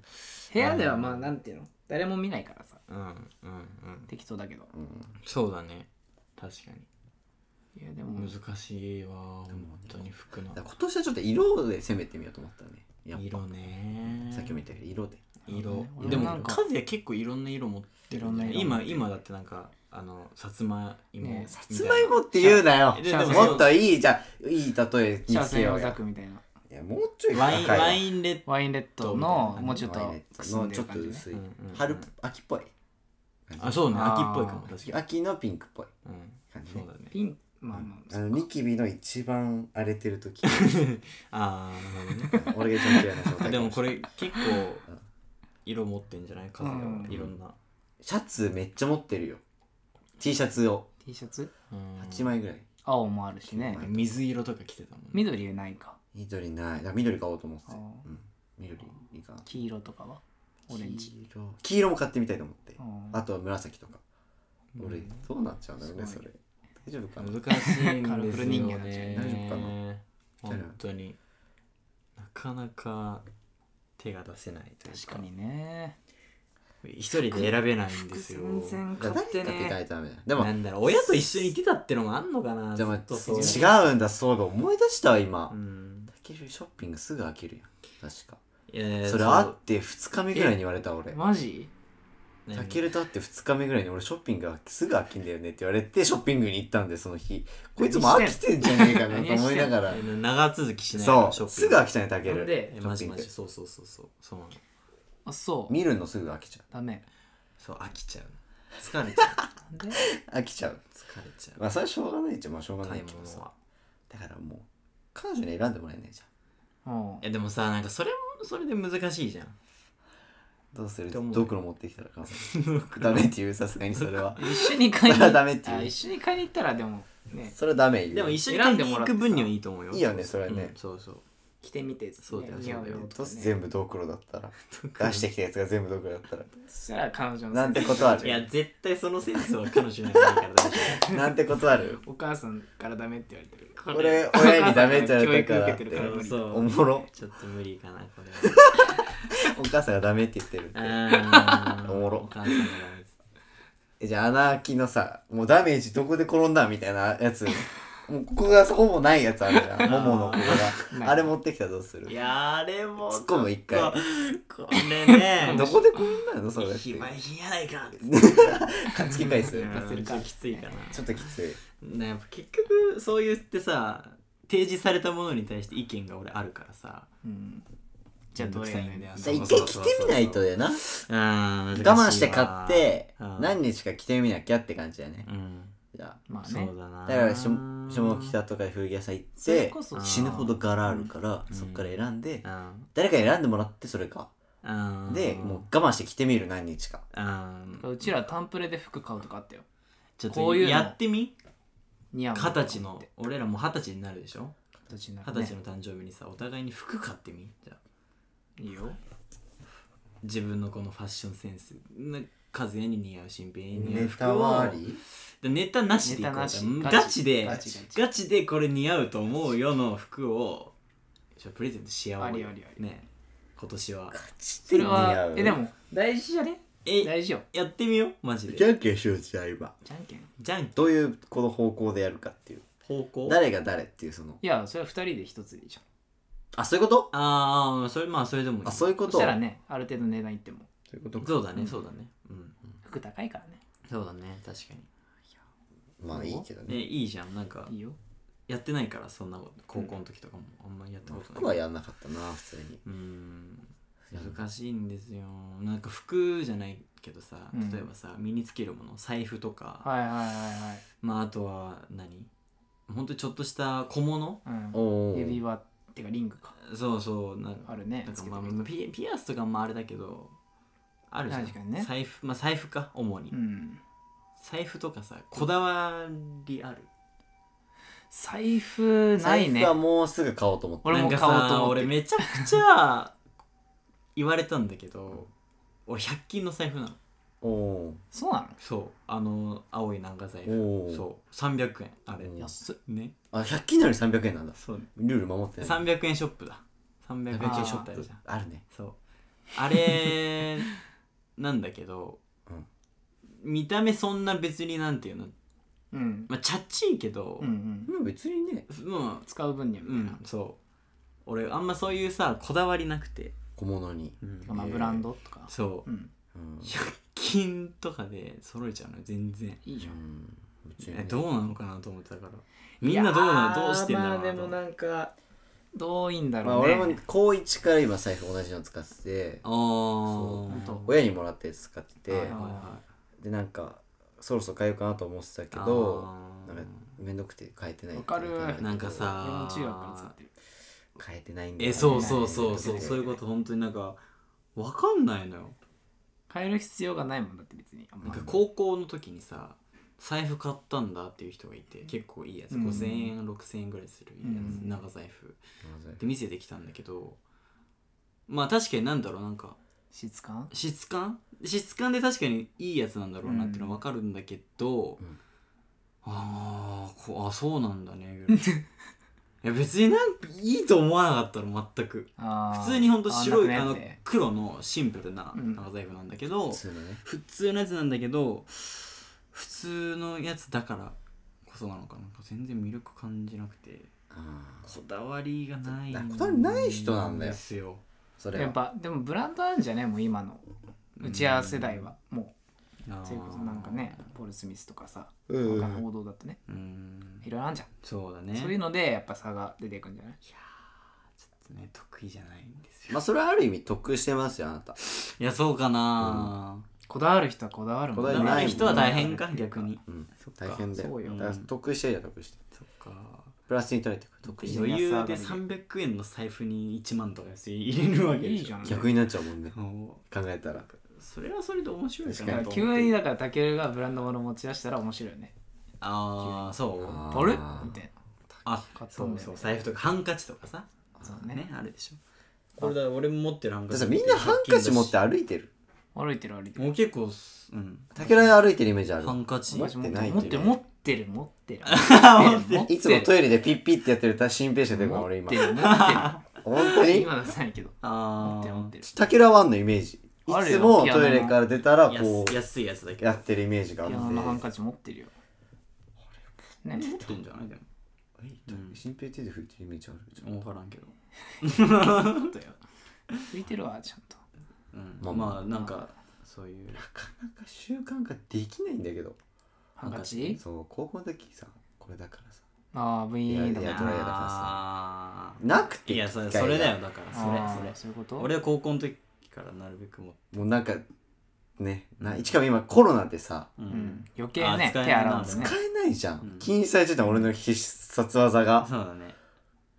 Speaker 1: 部屋ではまあなんていうの誰も見ないからさ
Speaker 3: うんうんうん
Speaker 1: 適当だけど
Speaker 2: うん
Speaker 3: そうだね確かに
Speaker 1: いやでも
Speaker 3: 難しいわ本当に服の
Speaker 2: だから今年はちょっと色で攻めてみようと思ったねやっぱ
Speaker 3: 色ね
Speaker 2: さっきも言ったけど色で
Speaker 3: 色
Speaker 1: 俺も
Speaker 3: でも
Speaker 1: なんか
Speaker 3: 和也結構いろんな色持ってるんだよね
Speaker 1: いろんな色持って
Speaker 3: 今
Speaker 1: る
Speaker 3: 今だってなんかあのさつまいもみたい
Speaker 1: ね
Speaker 3: な
Speaker 1: さ
Speaker 2: さつまいもって言うなよ
Speaker 3: で
Speaker 1: でも
Speaker 2: もっといいじゃあいい例え
Speaker 1: シ
Speaker 2: 見
Speaker 1: ャー
Speaker 2: つけ
Speaker 1: セン
Speaker 2: よ
Speaker 1: オ
Speaker 2: う
Speaker 1: ザ
Speaker 2: よ
Speaker 1: クみたいない
Speaker 2: やもうちょい
Speaker 3: ワイン
Speaker 2: 高いわ
Speaker 3: ワインレッド
Speaker 1: ワインレッドのもうちょっと
Speaker 2: ワインレ
Speaker 1: く
Speaker 2: ッ
Speaker 1: す
Speaker 2: ド
Speaker 1: ん
Speaker 2: の
Speaker 1: で
Speaker 2: ちょ
Speaker 1: る
Speaker 2: っと
Speaker 1: 感じね
Speaker 2: 薄い、
Speaker 3: うんうんうん
Speaker 2: 春秋っぽい
Speaker 3: あそうね
Speaker 1: あー
Speaker 3: 秋っぽいかも確かに
Speaker 2: 秋のピンクっぽい
Speaker 3: うん
Speaker 2: 感じ
Speaker 3: そ
Speaker 2: ね
Speaker 3: うだね
Speaker 1: ピンまあまあ
Speaker 2: あのニキビの一番荒れてる 時
Speaker 3: ああなるほどね
Speaker 2: 俺が一番嫌いな状 態
Speaker 3: でもこれ結構
Speaker 2: うん
Speaker 3: 色持ってんじゃない和也
Speaker 1: う
Speaker 3: は
Speaker 1: ん
Speaker 3: いろんな
Speaker 2: シャツめっちゃ持ってるよ T シャツを
Speaker 1: T シャツ
Speaker 3: うん
Speaker 2: 8枚ぐらい
Speaker 1: 青もあるしね
Speaker 3: 水色とか着てたもんね
Speaker 1: 緑ないか
Speaker 2: 緑ないだ緑買おうと思ってて、
Speaker 1: あー
Speaker 2: うん、緑いいかな
Speaker 1: 黄色とかはオレンジ
Speaker 2: 黄色黄色も買ってみたいと思って
Speaker 1: うん
Speaker 2: あとは紫とか俺
Speaker 3: うん
Speaker 2: どうなっちゃうんだろうね
Speaker 1: す
Speaker 2: そ
Speaker 1: ごい
Speaker 2: れ大丈夫かな
Speaker 3: 難しいん
Speaker 1: カラ
Speaker 3: で
Speaker 1: フ
Speaker 3: す
Speaker 1: ル
Speaker 3: よ
Speaker 1: 人間になっちゃう
Speaker 3: ね
Speaker 2: 大丈夫か
Speaker 3: 本当になかなか手が出せないというか
Speaker 1: 確かにね
Speaker 3: 一人で選べないんですよ
Speaker 1: 全然
Speaker 2: じゃあ
Speaker 1: 買
Speaker 2: 誰
Speaker 1: っ
Speaker 2: かってて変
Speaker 1: ね
Speaker 2: えたらダメだでも
Speaker 3: なんだろう親と一緒に行ってたってのもあんのかな
Speaker 2: じゃあま
Speaker 3: ずっとそう
Speaker 2: あ違うんだそういえば思い出したわ今
Speaker 3: うん
Speaker 2: たけるショッピングすぐ開けるやん確か
Speaker 3: いやいや
Speaker 2: それあって2日目ぐらいに言われた俺
Speaker 1: マジ
Speaker 3: 何
Speaker 2: たけると会って2日目ぐらいに俺ショッピングがすぐ飽きんだよねって言われてショッピングに行ったんでその日こいつも飽きてんじゃねえかなと思いながら
Speaker 3: え長続きしないからシ
Speaker 2: そう
Speaker 3: ョッピング
Speaker 2: すぐ飽きたねたけ
Speaker 1: なん
Speaker 2: る
Speaker 1: で
Speaker 3: え
Speaker 2: ショ
Speaker 3: マ
Speaker 2: ッピ
Speaker 3: ジ
Speaker 2: ン
Speaker 3: マ
Speaker 2: グ
Speaker 3: ジそうそうそうそうそうなの
Speaker 1: あそう
Speaker 2: 見るのすぐ飽きちゃ
Speaker 1: ダメ
Speaker 3: そう飽きちゃう疲れちゃう
Speaker 1: なんで
Speaker 2: う飽きちゃう
Speaker 3: 疲れ ちゃ
Speaker 2: まあそれはしょうがないっちゃまあしょうが
Speaker 3: う
Speaker 2: な
Speaker 3: 買い
Speaker 2: いけど
Speaker 3: 物
Speaker 2: さ
Speaker 3: は
Speaker 2: だからもう彼女に選んでもらえないじ
Speaker 1: うん
Speaker 3: えでもさなんかそれもそれで難しいじゃん
Speaker 2: ゃんどうする
Speaker 3: でも
Speaker 2: ドクロ持ってきたら彼女 ダメって言うさすがにそれは
Speaker 1: 一緒に買いに
Speaker 2: ダメっていう
Speaker 1: あ一緒に買いに行ったらでもね
Speaker 2: それはダメ言う
Speaker 3: でも一緒に
Speaker 1: 選
Speaker 3: 買
Speaker 1: ん
Speaker 3: い
Speaker 1: で
Speaker 3: に
Speaker 1: もら
Speaker 3: 行
Speaker 1: って
Speaker 3: く
Speaker 1: さ
Speaker 3: 分にはいいと思うよ
Speaker 2: いいよねそれはね
Speaker 3: うんそうそう
Speaker 1: 着てみて
Speaker 3: そうだよ
Speaker 1: 似合う
Speaker 3: そうだ
Speaker 1: よ
Speaker 3: よ
Speaker 1: と
Speaker 2: どう
Speaker 1: か
Speaker 2: せ
Speaker 1: ね
Speaker 2: 全部ドクロだったら出してきたやつが全部ドクロだったら
Speaker 1: そしたら彼女の
Speaker 2: なんてことあ
Speaker 3: いや
Speaker 2: る
Speaker 3: 絶対そのセンスは彼女にはないから大 丈
Speaker 2: なんてことある
Speaker 1: お母さんからダメって言われてる
Speaker 2: これ親にダメって言われたからっ
Speaker 1: 教育受けて
Speaker 2: て
Speaker 1: るから
Speaker 3: 夫そ
Speaker 2: お
Speaker 3: う
Speaker 2: もろ
Speaker 3: ちょっと無理かなこれ
Speaker 2: お母さんがダメって言ってる
Speaker 3: はあー
Speaker 2: おもろ
Speaker 3: お母さんがダメです
Speaker 2: えじゃあ穴開きのさもうダメージどこで転んだみたいなやつもうここがほぼないやつあるじゃんもものここ
Speaker 1: ない
Speaker 2: があれ持ってきたらどうする
Speaker 3: いやあれも
Speaker 2: 突っ込む一回
Speaker 3: これね
Speaker 2: どこで転んだのそれって
Speaker 3: 暇ひやないか
Speaker 2: 突き返す
Speaker 3: うん
Speaker 1: かするか
Speaker 3: ちょっときついかな
Speaker 2: ちょっときつい
Speaker 3: ねやっぱ結局そう言ってさ提示されたものに対して意見が俺あるからさ
Speaker 1: うんじゃあどうやるんだよ
Speaker 2: じゃあ一回着てみないとだよな
Speaker 3: 我
Speaker 2: 我慢して買って
Speaker 3: うん
Speaker 2: 何日か着てみなきゃって感じだね
Speaker 3: うん
Speaker 2: じゃ
Speaker 1: まあ
Speaker 3: そ
Speaker 1: ね
Speaker 3: うだ
Speaker 2: あ
Speaker 3: な
Speaker 2: だからし下北とか古着屋さん行っ
Speaker 1: それ
Speaker 2: て
Speaker 1: こそ
Speaker 2: 死ぬほど柄あるから
Speaker 3: うん
Speaker 2: そっから選んで
Speaker 3: うん
Speaker 2: 誰かに選んでもらってそれか
Speaker 3: うん
Speaker 2: でもう我慢して着てみる何日か
Speaker 3: うん
Speaker 1: うちらタンプレで服買うとかあったよ
Speaker 3: ちょっ
Speaker 1: ことういうの
Speaker 3: やってみ
Speaker 1: 似合う
Speaker 3: 二十歳の俺らもう二十歳になるでしょ
Speaker 1: 二十
Speaker 3: 二十歳の誕生日にさお互いに服買ってみじゃあ
Speaker 1: いいよ
Speaker 3: 自分のこのファッションセンスね和也に似合う新品に似合う
Speaker 2: ネ
Speaker 3: 服
Speaker 2: タ
Speaker 3: を
Speaker 2: はあり
Speaker 3: でネタなしでいこう
Speaker 1: ネタなし
Speaker 3: うん
Speaker 1: ガ
Speaker 3: ガ
Speaker 1: チ
Speaker 3: チで
Speaker 1: ガ
Speaker 3: ガ
Speaker 1: チガ
Speaker 3: チ
Speaker 1: チ
Speaker 3: でこれ似合うと思うよの服をちょプレゼントし合おうよ
Speaker 1: ありありあり
Speaker 3: ね今年は
Speaker 1: そ
Speaker 2: そ
Speaker 1: れはえでも大事じゃね
Speaker 3: え
Speaker 1: 大事よ
Speaker 3: やってみようマジ
Speaker 2: じゃ
Speaker 3: で
Speaker 2: んけんしようじゃあ今
Speaker 1: じゃんけんい
Speaker 3: じゃん
Speaker 2: どういうこの方向でやるかっていう
Speaker 3: 方向
Speaker 2: 誰が誰っていうその
Speaker 1: やそれは二人で一つでいいじゃん
Speaker 2: あそういうこと
Speaker 3: ああそれまあそれでもいい
Speaker 2: あそういうこ
Speaker 1: そ
Speaker 2: と
Speaker 1: したらねある程度値段いっても
Speaker 2: そういうことか
Speaker 3: そうだねそうだねうん
Speaker 1: 服高いからね
Speaker 3: そうだね確か
Speaker 2: まあいいけど
Speaker 3: に
Speaker 2: ね
Speaker 3: ねいいじゃんなんか
Speaker 1: いいよ
Speaker 3: やってないからそんなこと高校の時とかもあんまりやったことない
Speaker 2: 僕はやんなかったな普通に
Speaker 3: うん難しいんですよなんか服じゃないけどさ
Speaker 1: うん
Speaker 3: 例えばさ、身につけるもの財布とか、
Speaker 1: はいはいはい
Speaker 3: まああとは何ほんとちょっとした小物
Speaker 1: はい
Speaker 2: お
Speaker 1: うん
Speaker 2: お
Speaker 1: 指輪ってかリングか
Speaker 3: そうそうなんか
Speaker 1: あるね
Speaker 3: なんか
Speaker 1: つけて
Speaker 3: まあ
Speaker 1: る人
Speaker 3: ピピアスとかもあれだけどあるじゃん
Speaker 1: 確かにね
Speaker 3: 財布まあ財布か主に、
Speaker 1: うん
Speaker 3: 財布とかさこだわりある
Speaker 1: 財布ない
Speaker 2: 財布
Speaker 1: ね
Speaker 2: はもうすぐ買おうと思って
Speaker 1: 俺も買おうと思って
Speaker 3: なんかさ俺めちゃくちゃ言われたんだけど俺100均の財布なの
Speaker 2: おお
Speaker 1: そうな
Speaker 3: そうあの青い長財
Speaker 2: お
Speaker 3: 布
Speaker 2: お
Speaker 3: そう300円あれ
Speaker 2: うん
Speaker 1: の安っ
Speaker 3: ね
Speaker 2: あ100均なのに300円なんだ
Speaker 3: そう
Speaker 2: ルール守ってない
Speaker 3: 300円ショップだ300円
Speaker 1: 300円
Speaker 3: シ
Speaker 1: シ
Speaker 3: ョ
Speaker 1: ョッ
Speaker 3: ップ
Speaker 1: プ
Speaker 3: あるじゃん
Speaker 2: あるね
Speaker 3: そうあれなんだけど、
Speaker 2: うん
Speaker 3: 見た目そんな別になんていうの
Speaker 1: うん
Speaker 3: まあチャッチいけど
Speaker 1: うんう、ん
Speaker 2: うん別にね
Speaker 3: も
Speaker 1: 使う分には
Speaker 3: う
Speaker 1: み
Speaker 3: う
Speaker 1: たいなん
Speaker 3: そう俺あんまそういうさこだわりなくて、
Speaker 2: 小物に、
Speaker 1: まあ、ブランドとか、
Speaker 3: そう、
Speaker 1: うん、
Speaker 2: うん
Speaker 3: 100均とかで揃えちゃうのよ全然
Speaker 1: いいじゃん
Speaker 2: うんうち
Speaker 3: え
Speaker 2: ね
Speaker 3: どうなのかなと思ってたからみんなどうなのどうしてんだろう
Speaker 1: いやー
Speaker 3: なと
Speaker 1: まあでも
Speaker 3: 思って
Speaker 1: なんかどういいんだ
Speaker 2: まあ
Speaker 1: ろう
Speaker 2: 俺
Speaker 1: ね、
Speaker 2: も高1から今財布同じの使ってて
Speaker 3: あ
Speaker 2: そう
Speaker 3: ー
Speaker 1: ほんと
Speaker 2: 親にもらったやつ使って
Speaker 3: はい
Speaker 2: て
Speaker 3: はいはい
Speaker 2: でなんかそろそろ変えようかなと思ってたけど
Speaker 3: あ
Speaker 2: なんか
Speaker 3: ー
Speaker 2: めんどくて変えてない
Speaker 1: わかる
Speaker 3: なんかさ
Speaker 1: 俺も中学から使ってる
Speaker 2: 変えてないんだよね
Speaker 3: えそうそうそうそ
Speaker 1: ね
Speaker 3: うそういうこと本当になんかわかんないのよ
Speaker 1: 変える必要がないもんだって別にあん
Speaker 3: なん
Speaker 1: ま
Speaker 3: か高校の時にさ財布買ったんだっていう人がいて結構いいやつ
Speaker 1: うん
Speaker 3: 5000円6000円ぐらいするいいやつ
Speaker 1: うん
Speaker 3: 長財布
Speaker 2: まずい
Speaker 3: で見せてきたんだけどまあ確かになんだろうなんか
Speaker 1: 質感
Speaker 3: 質感質感で確かにいいやつなんだろうなっていうのは分かるんだけど、
Speaker 2: うん
Speaker 3: あーこあそうなんだねぐらいいや別になんかいいと思わなかったの全く
Speaker 1: あー
Speaker 3: 普通にほんと白い
Speaker 1: あ
Speaker 3: あ
Speaker 1: んな
Speaker 3: の
Speaker 1: くね
Speaker 3: 黒のシンプルな
Speaker 1: うん
Speaker 3: 長財布なんだけど、
Speaker 2: 普通のね
Speaker 3: 普通のやつなんだけど普通のやつだからこそなのかななんか全然魅力感じなくて
Speaker 2: あー
Speaker 3: こだわりがない
Speaker 2: だこだわりない人なんだよ
Speaker 3: ですよ
Speaker 2: そ
Speaker 1: って
Speaker 2: れ
Speaker 1: やっ
Speaker 2: は
Speaker 1: ぱでもブランドなんじゃねもう今のうちら世代はも
Speaker 3: あー
Speaker 1: うそれこそなんかねポール・スミスとかさ
Speaker 2: う
Speaker 1: 他
Speaker 2: ん
Speaker 1: の王道だとね
Speaker 3: うん
Speaker 1: いろいろあんじゃん
Speaker 3: そうだね
Speaker 1: そういうのでやっぱ差が出てくんじゃない
Speaker 3: いやーちょっとね得意じゃないんですよ、
Speaker 2: まあそれはある意味得してますよあなた
Speaker 3: いやそうかな
Speaker 1: こだわる人はこだわるもん
Speaker 2: こ
Speaker 3: ー、
Speaker 2: だ
Speaker 3: う
Speaker 2: わ
Speaker 3: る
Speaker 2: り
Speaker 3: 人は大変か逆に
Speaker 2: うん
Speaker 3: そっか
Speaker 2: 大変だ
Speaker 1: そ
Speaker 2: よ
Speaker 1: うよ
Speaker 2: だから得してるじゃ得してる
Speaker 3: そっか
Speaker 2: プラスに取れてくる得してる
Speaker 3: 余裕で300円の財布に1万とか安い入れるわけでしょ
Speaker 1: いいじゃん
Speaker 2: 逆になっちゃうもんね
Speaker 3: そ
Speaker 2: 考えたら
Speaker 3: うそれはそれで面白いか
Speaker 1: だか
Speaker 3: な
Speaker 1: ら
Speaker 3: と思っ
Speaker 1: 急
Speaker 3: て
Speaker 1: にだからタケルがブランド物持ち出したら面白いよね
Speaker 3: ああそう
Speaker 2: あ
Speaker 3: あ
Speaker 2: ー
Speaker 1: あれみたい買っ
Speaker 3: そう
Speaker 1: た
Speaker 3: そ
Speaker 1: ん
Speaker 3: う
Speaker 1: だよね
Speaker 3: 財布とかハンカチとかさ
Speaker 1: なそう
Speaker 3: ね
Speaker 1: ね
Speaker 3: あるでしょこれだ俺も持ってるハン
Speaker 2: だっ
Speaker 3: カ
Speaker 2: て
Speaker 3: チ
Speaker 2: さみんなハンカチ持って歩いてる
Speaker 1: 歩いてる歩いてる
Speaker 3: もう結構うん
Speaker 2: 竹田が歩いてるイメージある
Speaker 3: ハンカチ
Speaker 2: 持ってない
Speaker 1: 持っ
Speaker 2: け
Speaker 1: て
Speaker 2: ど
Speaker 1: る
Speaker 2: ね
Speaker 1: 持ってる持ってる持ってる
Speaker 2: いつもトイレでピッピッってやってるた心配者でも俺今
Speaker 1: 持ってる持って
Speaker 2: 本当
Speaker 1: る
Speaker 2: に
Speaker 1: 今出さないけど持
Speaker 3: あ
Speaker 1: ってる持っ
Speaker 3: あ
Speaker 1: てる
Speaker 2: 竹田ワンのイメージい
Speaker 1: あるよ
Speaker 2: つもトイレから出たらこ
Speaker 3: 安
Speaker 2: う
Speaker 3: 安いやつだけど
Speaker 2: やってるイメージがあっ
Speaker 1: ピ
Speaker 2: て
Speaker 1: アノのハンカチ持ってるよね
Speaker 3: 持ってんじゃないで
Speaker 2: 新平手で拭いてるイメージあるじゃん
Speaker 3: も分からんけど
Speaker 1: ちょっとよ拭いてるわちゃんと
Speaker 3: うん
Speaker 2: まあ
Speaker 3: まあなんかそういう
Speaker 2: なかなか習慣化できないんだけど
Speaker 1: ハンカチ
Speaker 2: そう高校の時さこれだからさ
Speaker 1: ああブイーンだ
Speaker 2: いや
Speaker 1: ね
Speaker 2: ドライヤーだからさ
Speaker 3: あー
Speaker 2: なくて
Speaker 3: いやそれ
Speaker 2: 機会が
Speaker 3: それだよだからそ
Speaker 1: あー
Speaker 3: れそ
Speaker 1: そういうこと
Speaker 3: れ俺は高校の時からなるべくも
Speaker 2: もうなんかねなしかも今コロナでさ
Speaker 3: う
Speaker 1: うん
Speaker 3: ん
Speaker 1: 余計ね
Speaker 3: あ
Speaker 1: 手
Speaker 3: ー
Speaker 1: 洗うんですね
Speaker 2: 使えないじゃん、
Speaker 3: うん
Speaker 2: 禁止されてた俺の必殺技が
Speaker 3: そうだね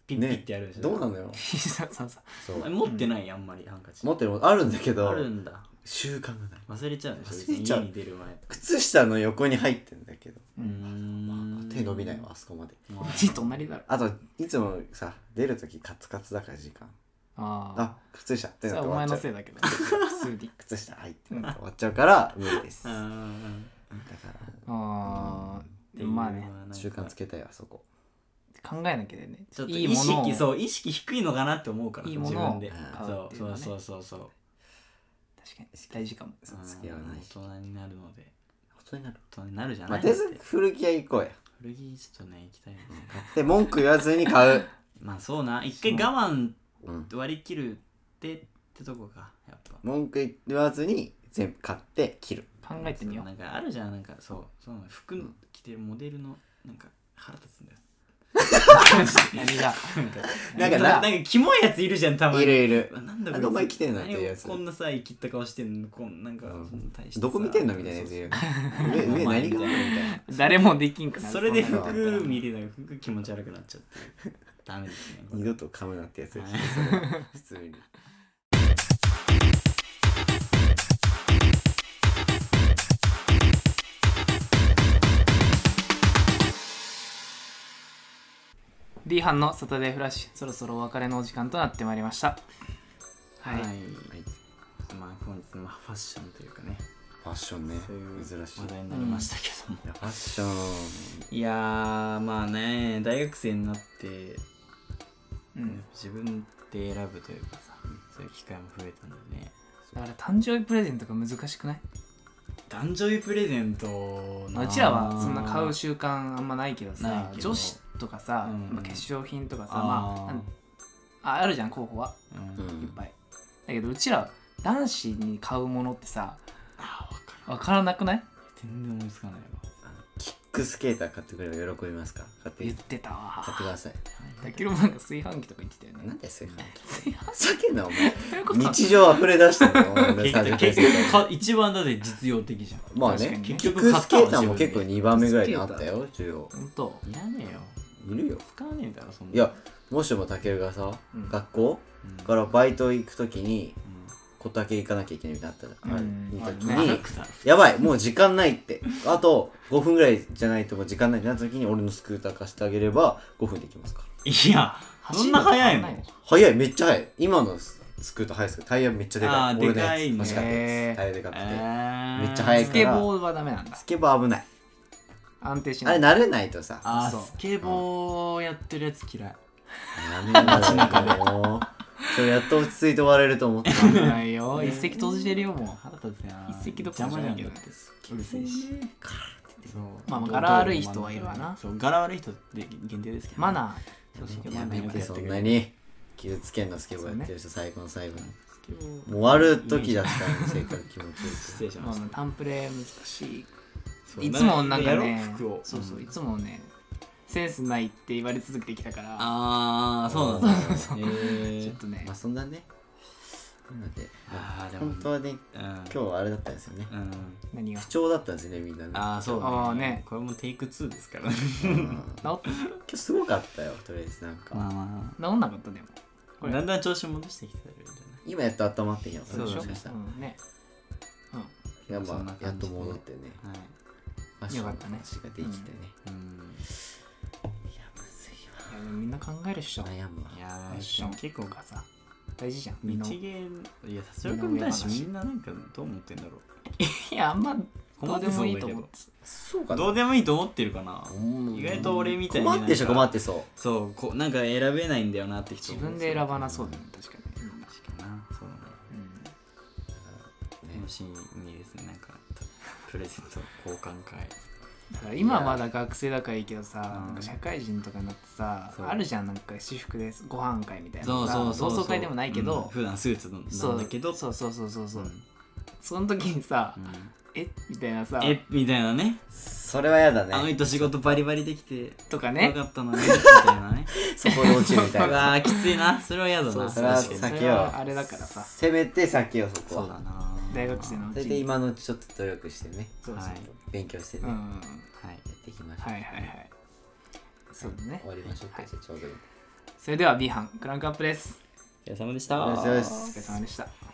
Speaker 3: ピッピッてやるでしょ
Speaker 2: どうなのよ
Speaker 1: 必殺技
Speaker 2: そう
Speaker 3: え持ってないあんまりハンカチ
Speaker 2: 持ってるもんあるんだけど
Speaker 3: あるんだ
Speaker 2: 習慣がない
Speaker 3: 忘れちゃうんでしょ
Speaker 2: 忘れちゃう
Speaker 3: 別に家に出る前とか
Speaker 2: 靴下の横に入ってんだけど、
Speaker 1: う
Speaker 3: うんん
Speaker 2: 手伸びないわあそこまで
Speaker 1: ち隣だろ
Speaker 2: あといつもさ出る時カツカツだから時間
Speaker 1: ああ
Speaker 2: あ靴下って
Speaker 1: それ
Speaker 2: なっ
Speaker 1: は
Speaker 2: て
Speaker 1: お
Speaker 2: 終
Speaker 1: 前
Speaker 2: わ
Speaker 1: のせいだ
Speaker 2: っちゃう
Speaker 1: けど普通に
Speaker 2: 靴下はいってなって終わっちゃうから無理です
Speaker 3: う
Speaker 2: だか
Speaker 3: ん
Speaker 1: ああまあね
Speaker 2: ら習慣つけたいあそこ
Speaker 1: 考えなきゃだよね
Speaker 3: ちょっと
Speaker 1: いい
Speaker 3: 意
Speaker 1: ものを
Speaker 3: 識そう意識低いのかなって思うから
Speaker 1: いいも
Speaker 3: 自
Speaker 1: の
Speaker 3: 分
Speaker 1: を
Speaker 3: で
Speaker 2: うん
Speaker 1: 買うっていうの
Speaker 3: そ
Speaker 1: はね
Speaker 3: うそうそうそう
Speaker 1: 確かに大事かも
Speaker 2: そう付き合わない
Speaker 3: 大人になるので
Speaker 2: 大人になる
Speaker 3: 大人になるじゃ
Speaker 2: ま
Speaker 3: な
Speaker 2: あ
Speaker 3: い
Speaker 2: とりあえ
Speaker 3: だっ
Speaker 2: ず
Speaker 3: て
Speaker 2: 古着屋行こうや
Speaker 3: 古着ちょっとね行きたいですね
Speaker 2: 買って文句言わずに買う、
Speaker 3: まあそうな一回我慢
Speaker 2: うん、
Speaker 3: 割り切るってってとこかやっぱ
Speaker 2: 文句言わずに全部買って切る
Speaker 1: 考えてみよ
Speaker 3: そうなんかあるじゃんなんかそうそうなの服着てるモデルのなんか腹立つんだよ
Speaker 1: 何が
Speaker 2: なんかな
Speaker 3: ななんかキモいやついるじゃんたまに
Speaker 2: いるいる
Speaker 3: なんだ
Speaker 2: なんか
Speaker 3: こいつ
Speaker 2: お前来てんなっていうやつ
Speaker 3: 何をこんなさ生きった顔してんのこんなんか、
Speaker 2: うん
Speaker 3: そんな大してさ
Speaker 2: どこ見てんのみたいなやつ言う 上上何があるみたいな
Speaker 1: 誰もできんくなる
Speaker 3: それで
Speaker 1: そんなことやっ
Speaker 3: 服
Speaker 1: たら
Speaker 3: 見れない服気持ち悪くなっちゃってダメですねこ
Speaker 2: 二
Speaker 3: れ
Speaker 2: 度と噛むなってやつです
Speaker 3: はい
Speaker 2: 普通に
Speaker 1: リーハンのサタデーフラッシュそろそろお別れのお時間となってまいりましたはい、
Speaker 3: は い
Speaker 2: はい
Speaker 3: まあ本日まあファッションというかね
Speaker 2: ファッションね
Speaker 3: そういう
Speaker 2: 珍しいい
Speaker 3: 話題になりましたけども、
Speaker 2: やファッション
Speaker 3: いやーまあね大学生になって
Speaker 1: うん、
Speaker 3: 自分で選ぶというかさそういう機会も増えたんでね
Speaker 1: だから誕生日プレゼントが難しくない
Speaker 3: 誕生日プレゼント
Speaker 1: まあうちらはそんな買う習慣あんまないけど
Speaker 3: な
Speaker 1: さ
Speaker 3: いけど
Speaker 1: 女子とかさ、
Speaker 3: うん
Speaker 1: まあ化粧品とかさ
Speaker 3: あー
Speaker 1: まあああるじゃん候補は
Speaker 3: うん
Speaker 2: う
Speaker 1: いっ
Speaker 2: ん
Speaker 1: ぱいだけどうちら男子に買うものってさ
Speaker 3: あ分かる
Speaker 1: 分からなくない
Speaker 3: 全然思いつかないわ
Speaker 2: キックスケーター買ってくれば喜びますから買って
Speaker 1: 言っ
Speaker 2: 買
Speaker 1: てたわ
Speaker 2: ってください
Speaker 1: だけどなんか炊飯器とか言ってたよ
Speaker 2: な
Speaker 1: ね
Speaker 2: んで炊飯器
Speaker 1: 炊飯器
Speaker 2: ふざけんなお前
Speaker 1: という ことは
Speaker 2: 日常溢れ出したのお前の
Speaker 3: 結
Speaker 2: 30
Speaker 3: 局
Speaker 2: 回
Speaker 3: 結
Speaker 2: 生活
Speaker 3: 局か一番だって実用的じゃん
Speaker 2: まあ
Speaker 1: 確か
Speaker 2: ね
Speaker 1: に
Speaker 2: キ
Speaker 1: 結
Speaker 2: ッ
Speaker 3: 局
Speaker 2: クスケーターも
Speaker 3: 買
Speaker 2: 結
Speaker 3: った
Speaker 2: 構
Speaker 3: わ
Speaker 2: 2番目ぐらいにあったよ需要
Speaker 1: 本当
Speaker 3: いらねえよ
Speaker 2: いるよ
Speaker 3: 使わねえだろそんない
Speaker 2: やもしもたけるがさ、
Speaker 1: うん
Speaker 2: 学校
Speaker 3: うん
Speaker 2: からバイト行くときに
Speaker 3: うん
Speaker 2: 小竹行かなきゃいけないみたいになったら、
Speaker 1: うん
Speaker 2: いい時
Speaker 1: まあ
Speaker 2: に、
Speaker 1: ね
Speaker 2: やばいもう時間ないってあと5分ぐらいじゃないともう時間ないってなった時に俺のスクーター貸してあげれば5分で行きますから
Speaker 3: いやそんな早いの
Speaker 2: 早いめっちゃ早い今のスクーター早いですけどタイヤめっちゃでか
Speaker 3: あ
Speaker 2: い
Speaker 3: ー
Speaker 2: 俺のやつ
Speaker 3: でかいね
Speaker 2: 欲しかったやつタイヤでかくて、
Speaker 3: め
Speaker 2: めっちゃ早い
Speaker 1: ス
Speaker 2: か
Speaker 1: ケ
Speaker 2: ら
Speaker 1: ボーはダメなんだ
Speaker 2: スケボー危ない
Speaker 1: 安定し
Speaker 2: あ
Speaker 1: な
Speaker 2: れ
Speaker 1: い
Speaker 2: 慣れないとさ
Speaker 3: あ
Speaker 1: そう
Speaker 3: ースケボーやってるやつ嫌い
Speaker 2: 街中 でもう今日やっと落ち着いて終われると思った
Speaker 1: 危ない よ一石投じてるよも
Speaker 3: 腹立つな
Speaker 1: 一石どこ
Speaker 3: 邪
Speaker 1: ろじ
Speaker 3: 魔
Speaker 1: ゃな
Speaker 3: じゃ
Speaker 1: い
Speaker 3: ん
Speaker 1: け
Speaker 3: だ
Speaker 1: ど
Speaker 3: ってうるせえしそう
Speaker 1: まあまあ柄悪い人はいるわな
Speaker 3: そう柄悪い人って限定ですけ
Speaker 1: う
Speaker 3: ど
Speaker 1: マナ
Speaker 3: ーそうそう
Speaker 2: やめてそんな
Speaker 3: に
Speaker 2: に傷つけんなスケボーやってる人最後の最後に
Speaker 3: スケボー
Speaker 2: もう終わる時だったのにせっかく気持ちよ
Speaker 3: 失礼し
Speaker 1: ー
Speaker 3: ま
Speaker 1: まあ
Speaker 3: し
Speaker 1: まあ
Speaker 3: た
Speaker 1: タンプレ難しい
Speaker 3: そう
Speaker 1: いつもなんかね
Speaker 3: やろ服を
Speaker 1: そうそう
Speaker 3: うん
Speaker 1: いつもねセンスないって言われ続けてきたから
Speaker 3: ああそうなんだ
Speaker 1: そうそう
Speaker 3: へー
Speaker 1: ちょっとね
Speaker 2: くまあそんなねなので
Speaker 3: あーでも
Speaker 2: 本当はね
Speaker 3: うん
Speaker 2: 今日はあれだったんですよね
Speaker 3: うん
Speaker 1: 何が
Speaker 2: 不調だったんですねみんなね
Speaker 3: ああそうだ
Speaker 1: あーね
Speaker 3: これもテイク2ですからね
Speaker 2: うん今
Speaker 1: 治っ
Speaker 2: 日すごかったよとりあえずなんか、
Speaker 3: まあま
Speaker 1: 治んなかったでもこ
Speaker 3: あ
Speaker 1: れ
Speaker 3: だんだん調子戻してきてるんじゃない
Speaker 2: 今やっと温まってきたの
Speaker 3: そうだね
Speaker 2: もしかしたら
Speaker 1: うんねうん
Speaker 2: いや
Speaker 3: そんな
Speaker 2: まあやっ
Speaker 3: 感じ
Speaker 2: と
Speaker 3: で
Speaker 2: 戻ってね
Speaker 3: はい
Speaker 2: ファッションの
Speaker 1: よかったね
Speaker 2: 話ができてね、
Speaker 3: うん
Speaker 2: いやむずい
Speaker 1: いやでもみんな考えるっしょ
Speaker 2: わ悩むわ
Speaker 3: いや
Speaker 1: ファッション
Speaker 3: ー
Speaker 1: 結構がさ大事じゃん身の
Speaker 3: 日芸のいや達郎君男子みんななんかどう思ってんだろう
Speaker 1: いやあんまど
Speaker 3: 困
Speaker 1: う
Speaker 3: っ
Speaker 1: で
Speaker 3: てそ
Speaker 1: も
Speaker 3: う
Speaker 1: いい
Speaker 3: だ
Speaker 1: と
Speaker 3: け
Speaker 1: 思っ
Speaker 3: ど
Speaker 1: て
Speaker 2: そうか
Speaker 3: どうでもいいと思ってるかな
Speaker 2: うん
Speaker 3: 意外と俺みたいに
Speaker 2: 困ってる人
Speaker 3: なんか
Speaker 2: 困ってそう
Speaker 3: そうこうなんか選べないんだよなって人
Speaker 1: 自分で選ばな
Speaker 3: そ
Speaker 1: そうだね確かにうん
Speaker 3: う確かになそうだね
Speaker 2: ね
Speaker 3: 楽しみですねなんかプレゼント交換会
Speaker 1: だから今まだ学生だからいいけどさ
Speaker 3: うん
Speaker 1: なんか社会人とかになってさ
Speaker 3: そう
Speaker 1: あるじゃんなんか私服ですご飯会みたいなさ
Speaker 3: そうそうそう
Speaker 1: 同窓会でもないけ
Speaker 3: うん
Speaker 1: ど
Speaker 3: 普段スーツなんだけど
Speaker 1: そうそうそうそうそううんその時にさ
Speaker 3: うん
Speaker 1: えみたいなさ
Speaker 3: えみたいなね
Speaker 2: それは嫌だ
Speaker 3: あの
Speaker 2: ね
Speaker 3: 人仕事バリバリできて
Speaker 1: とか
Speaker 3: よ
Speaker 1: ね
Speaker 3: かったのにみたいな ね
Speaker 2: そこで落ちるみ
Speaker 3: う
Speaker 2: たい な
Speaker 3: わーきついなそれは嫌だな
Speaker 2: それは
Speaker 3: 確かに
Speaker 1: さ
Speaker 2: 先
Speaker 1: それ
Speaker 2: よ
Speaker 1: はあれだからさ
Speaker 2: せめて先よそこ
Speaker 3: そうだ
Speaker 2: は
Speaker 3: な
Speaker 1: 大学生のう
Speaker 2: そ
Speaker 1: ち
Speaker 2: れで
Speaker 1: に
Speaker 2: 今のうちちょっと努力してね
Speaker 1: そうそう
Speaker 3: はい
Speaker 2: 勉強してね
Speaker 1: うんうん
Speaker 2: や
Speaker 1: うん
Speaker 3: はい
Speaker 2: っていきましょ
Speaker 1: は
Speaker 2: う
Speaker 1: いはいはいそうだね
Speaker 2: 終わりましょう
Speaker 1: は
Speaker 2: か
Speaker 1: い
Speaker 2: じゃあちょうどいい
Speaker 1: それでは B 班クランクアップです
Speaker 3: お疲れ様でした
Speaker 2: お疲れ様です
Speaker 1: お疲れ様でした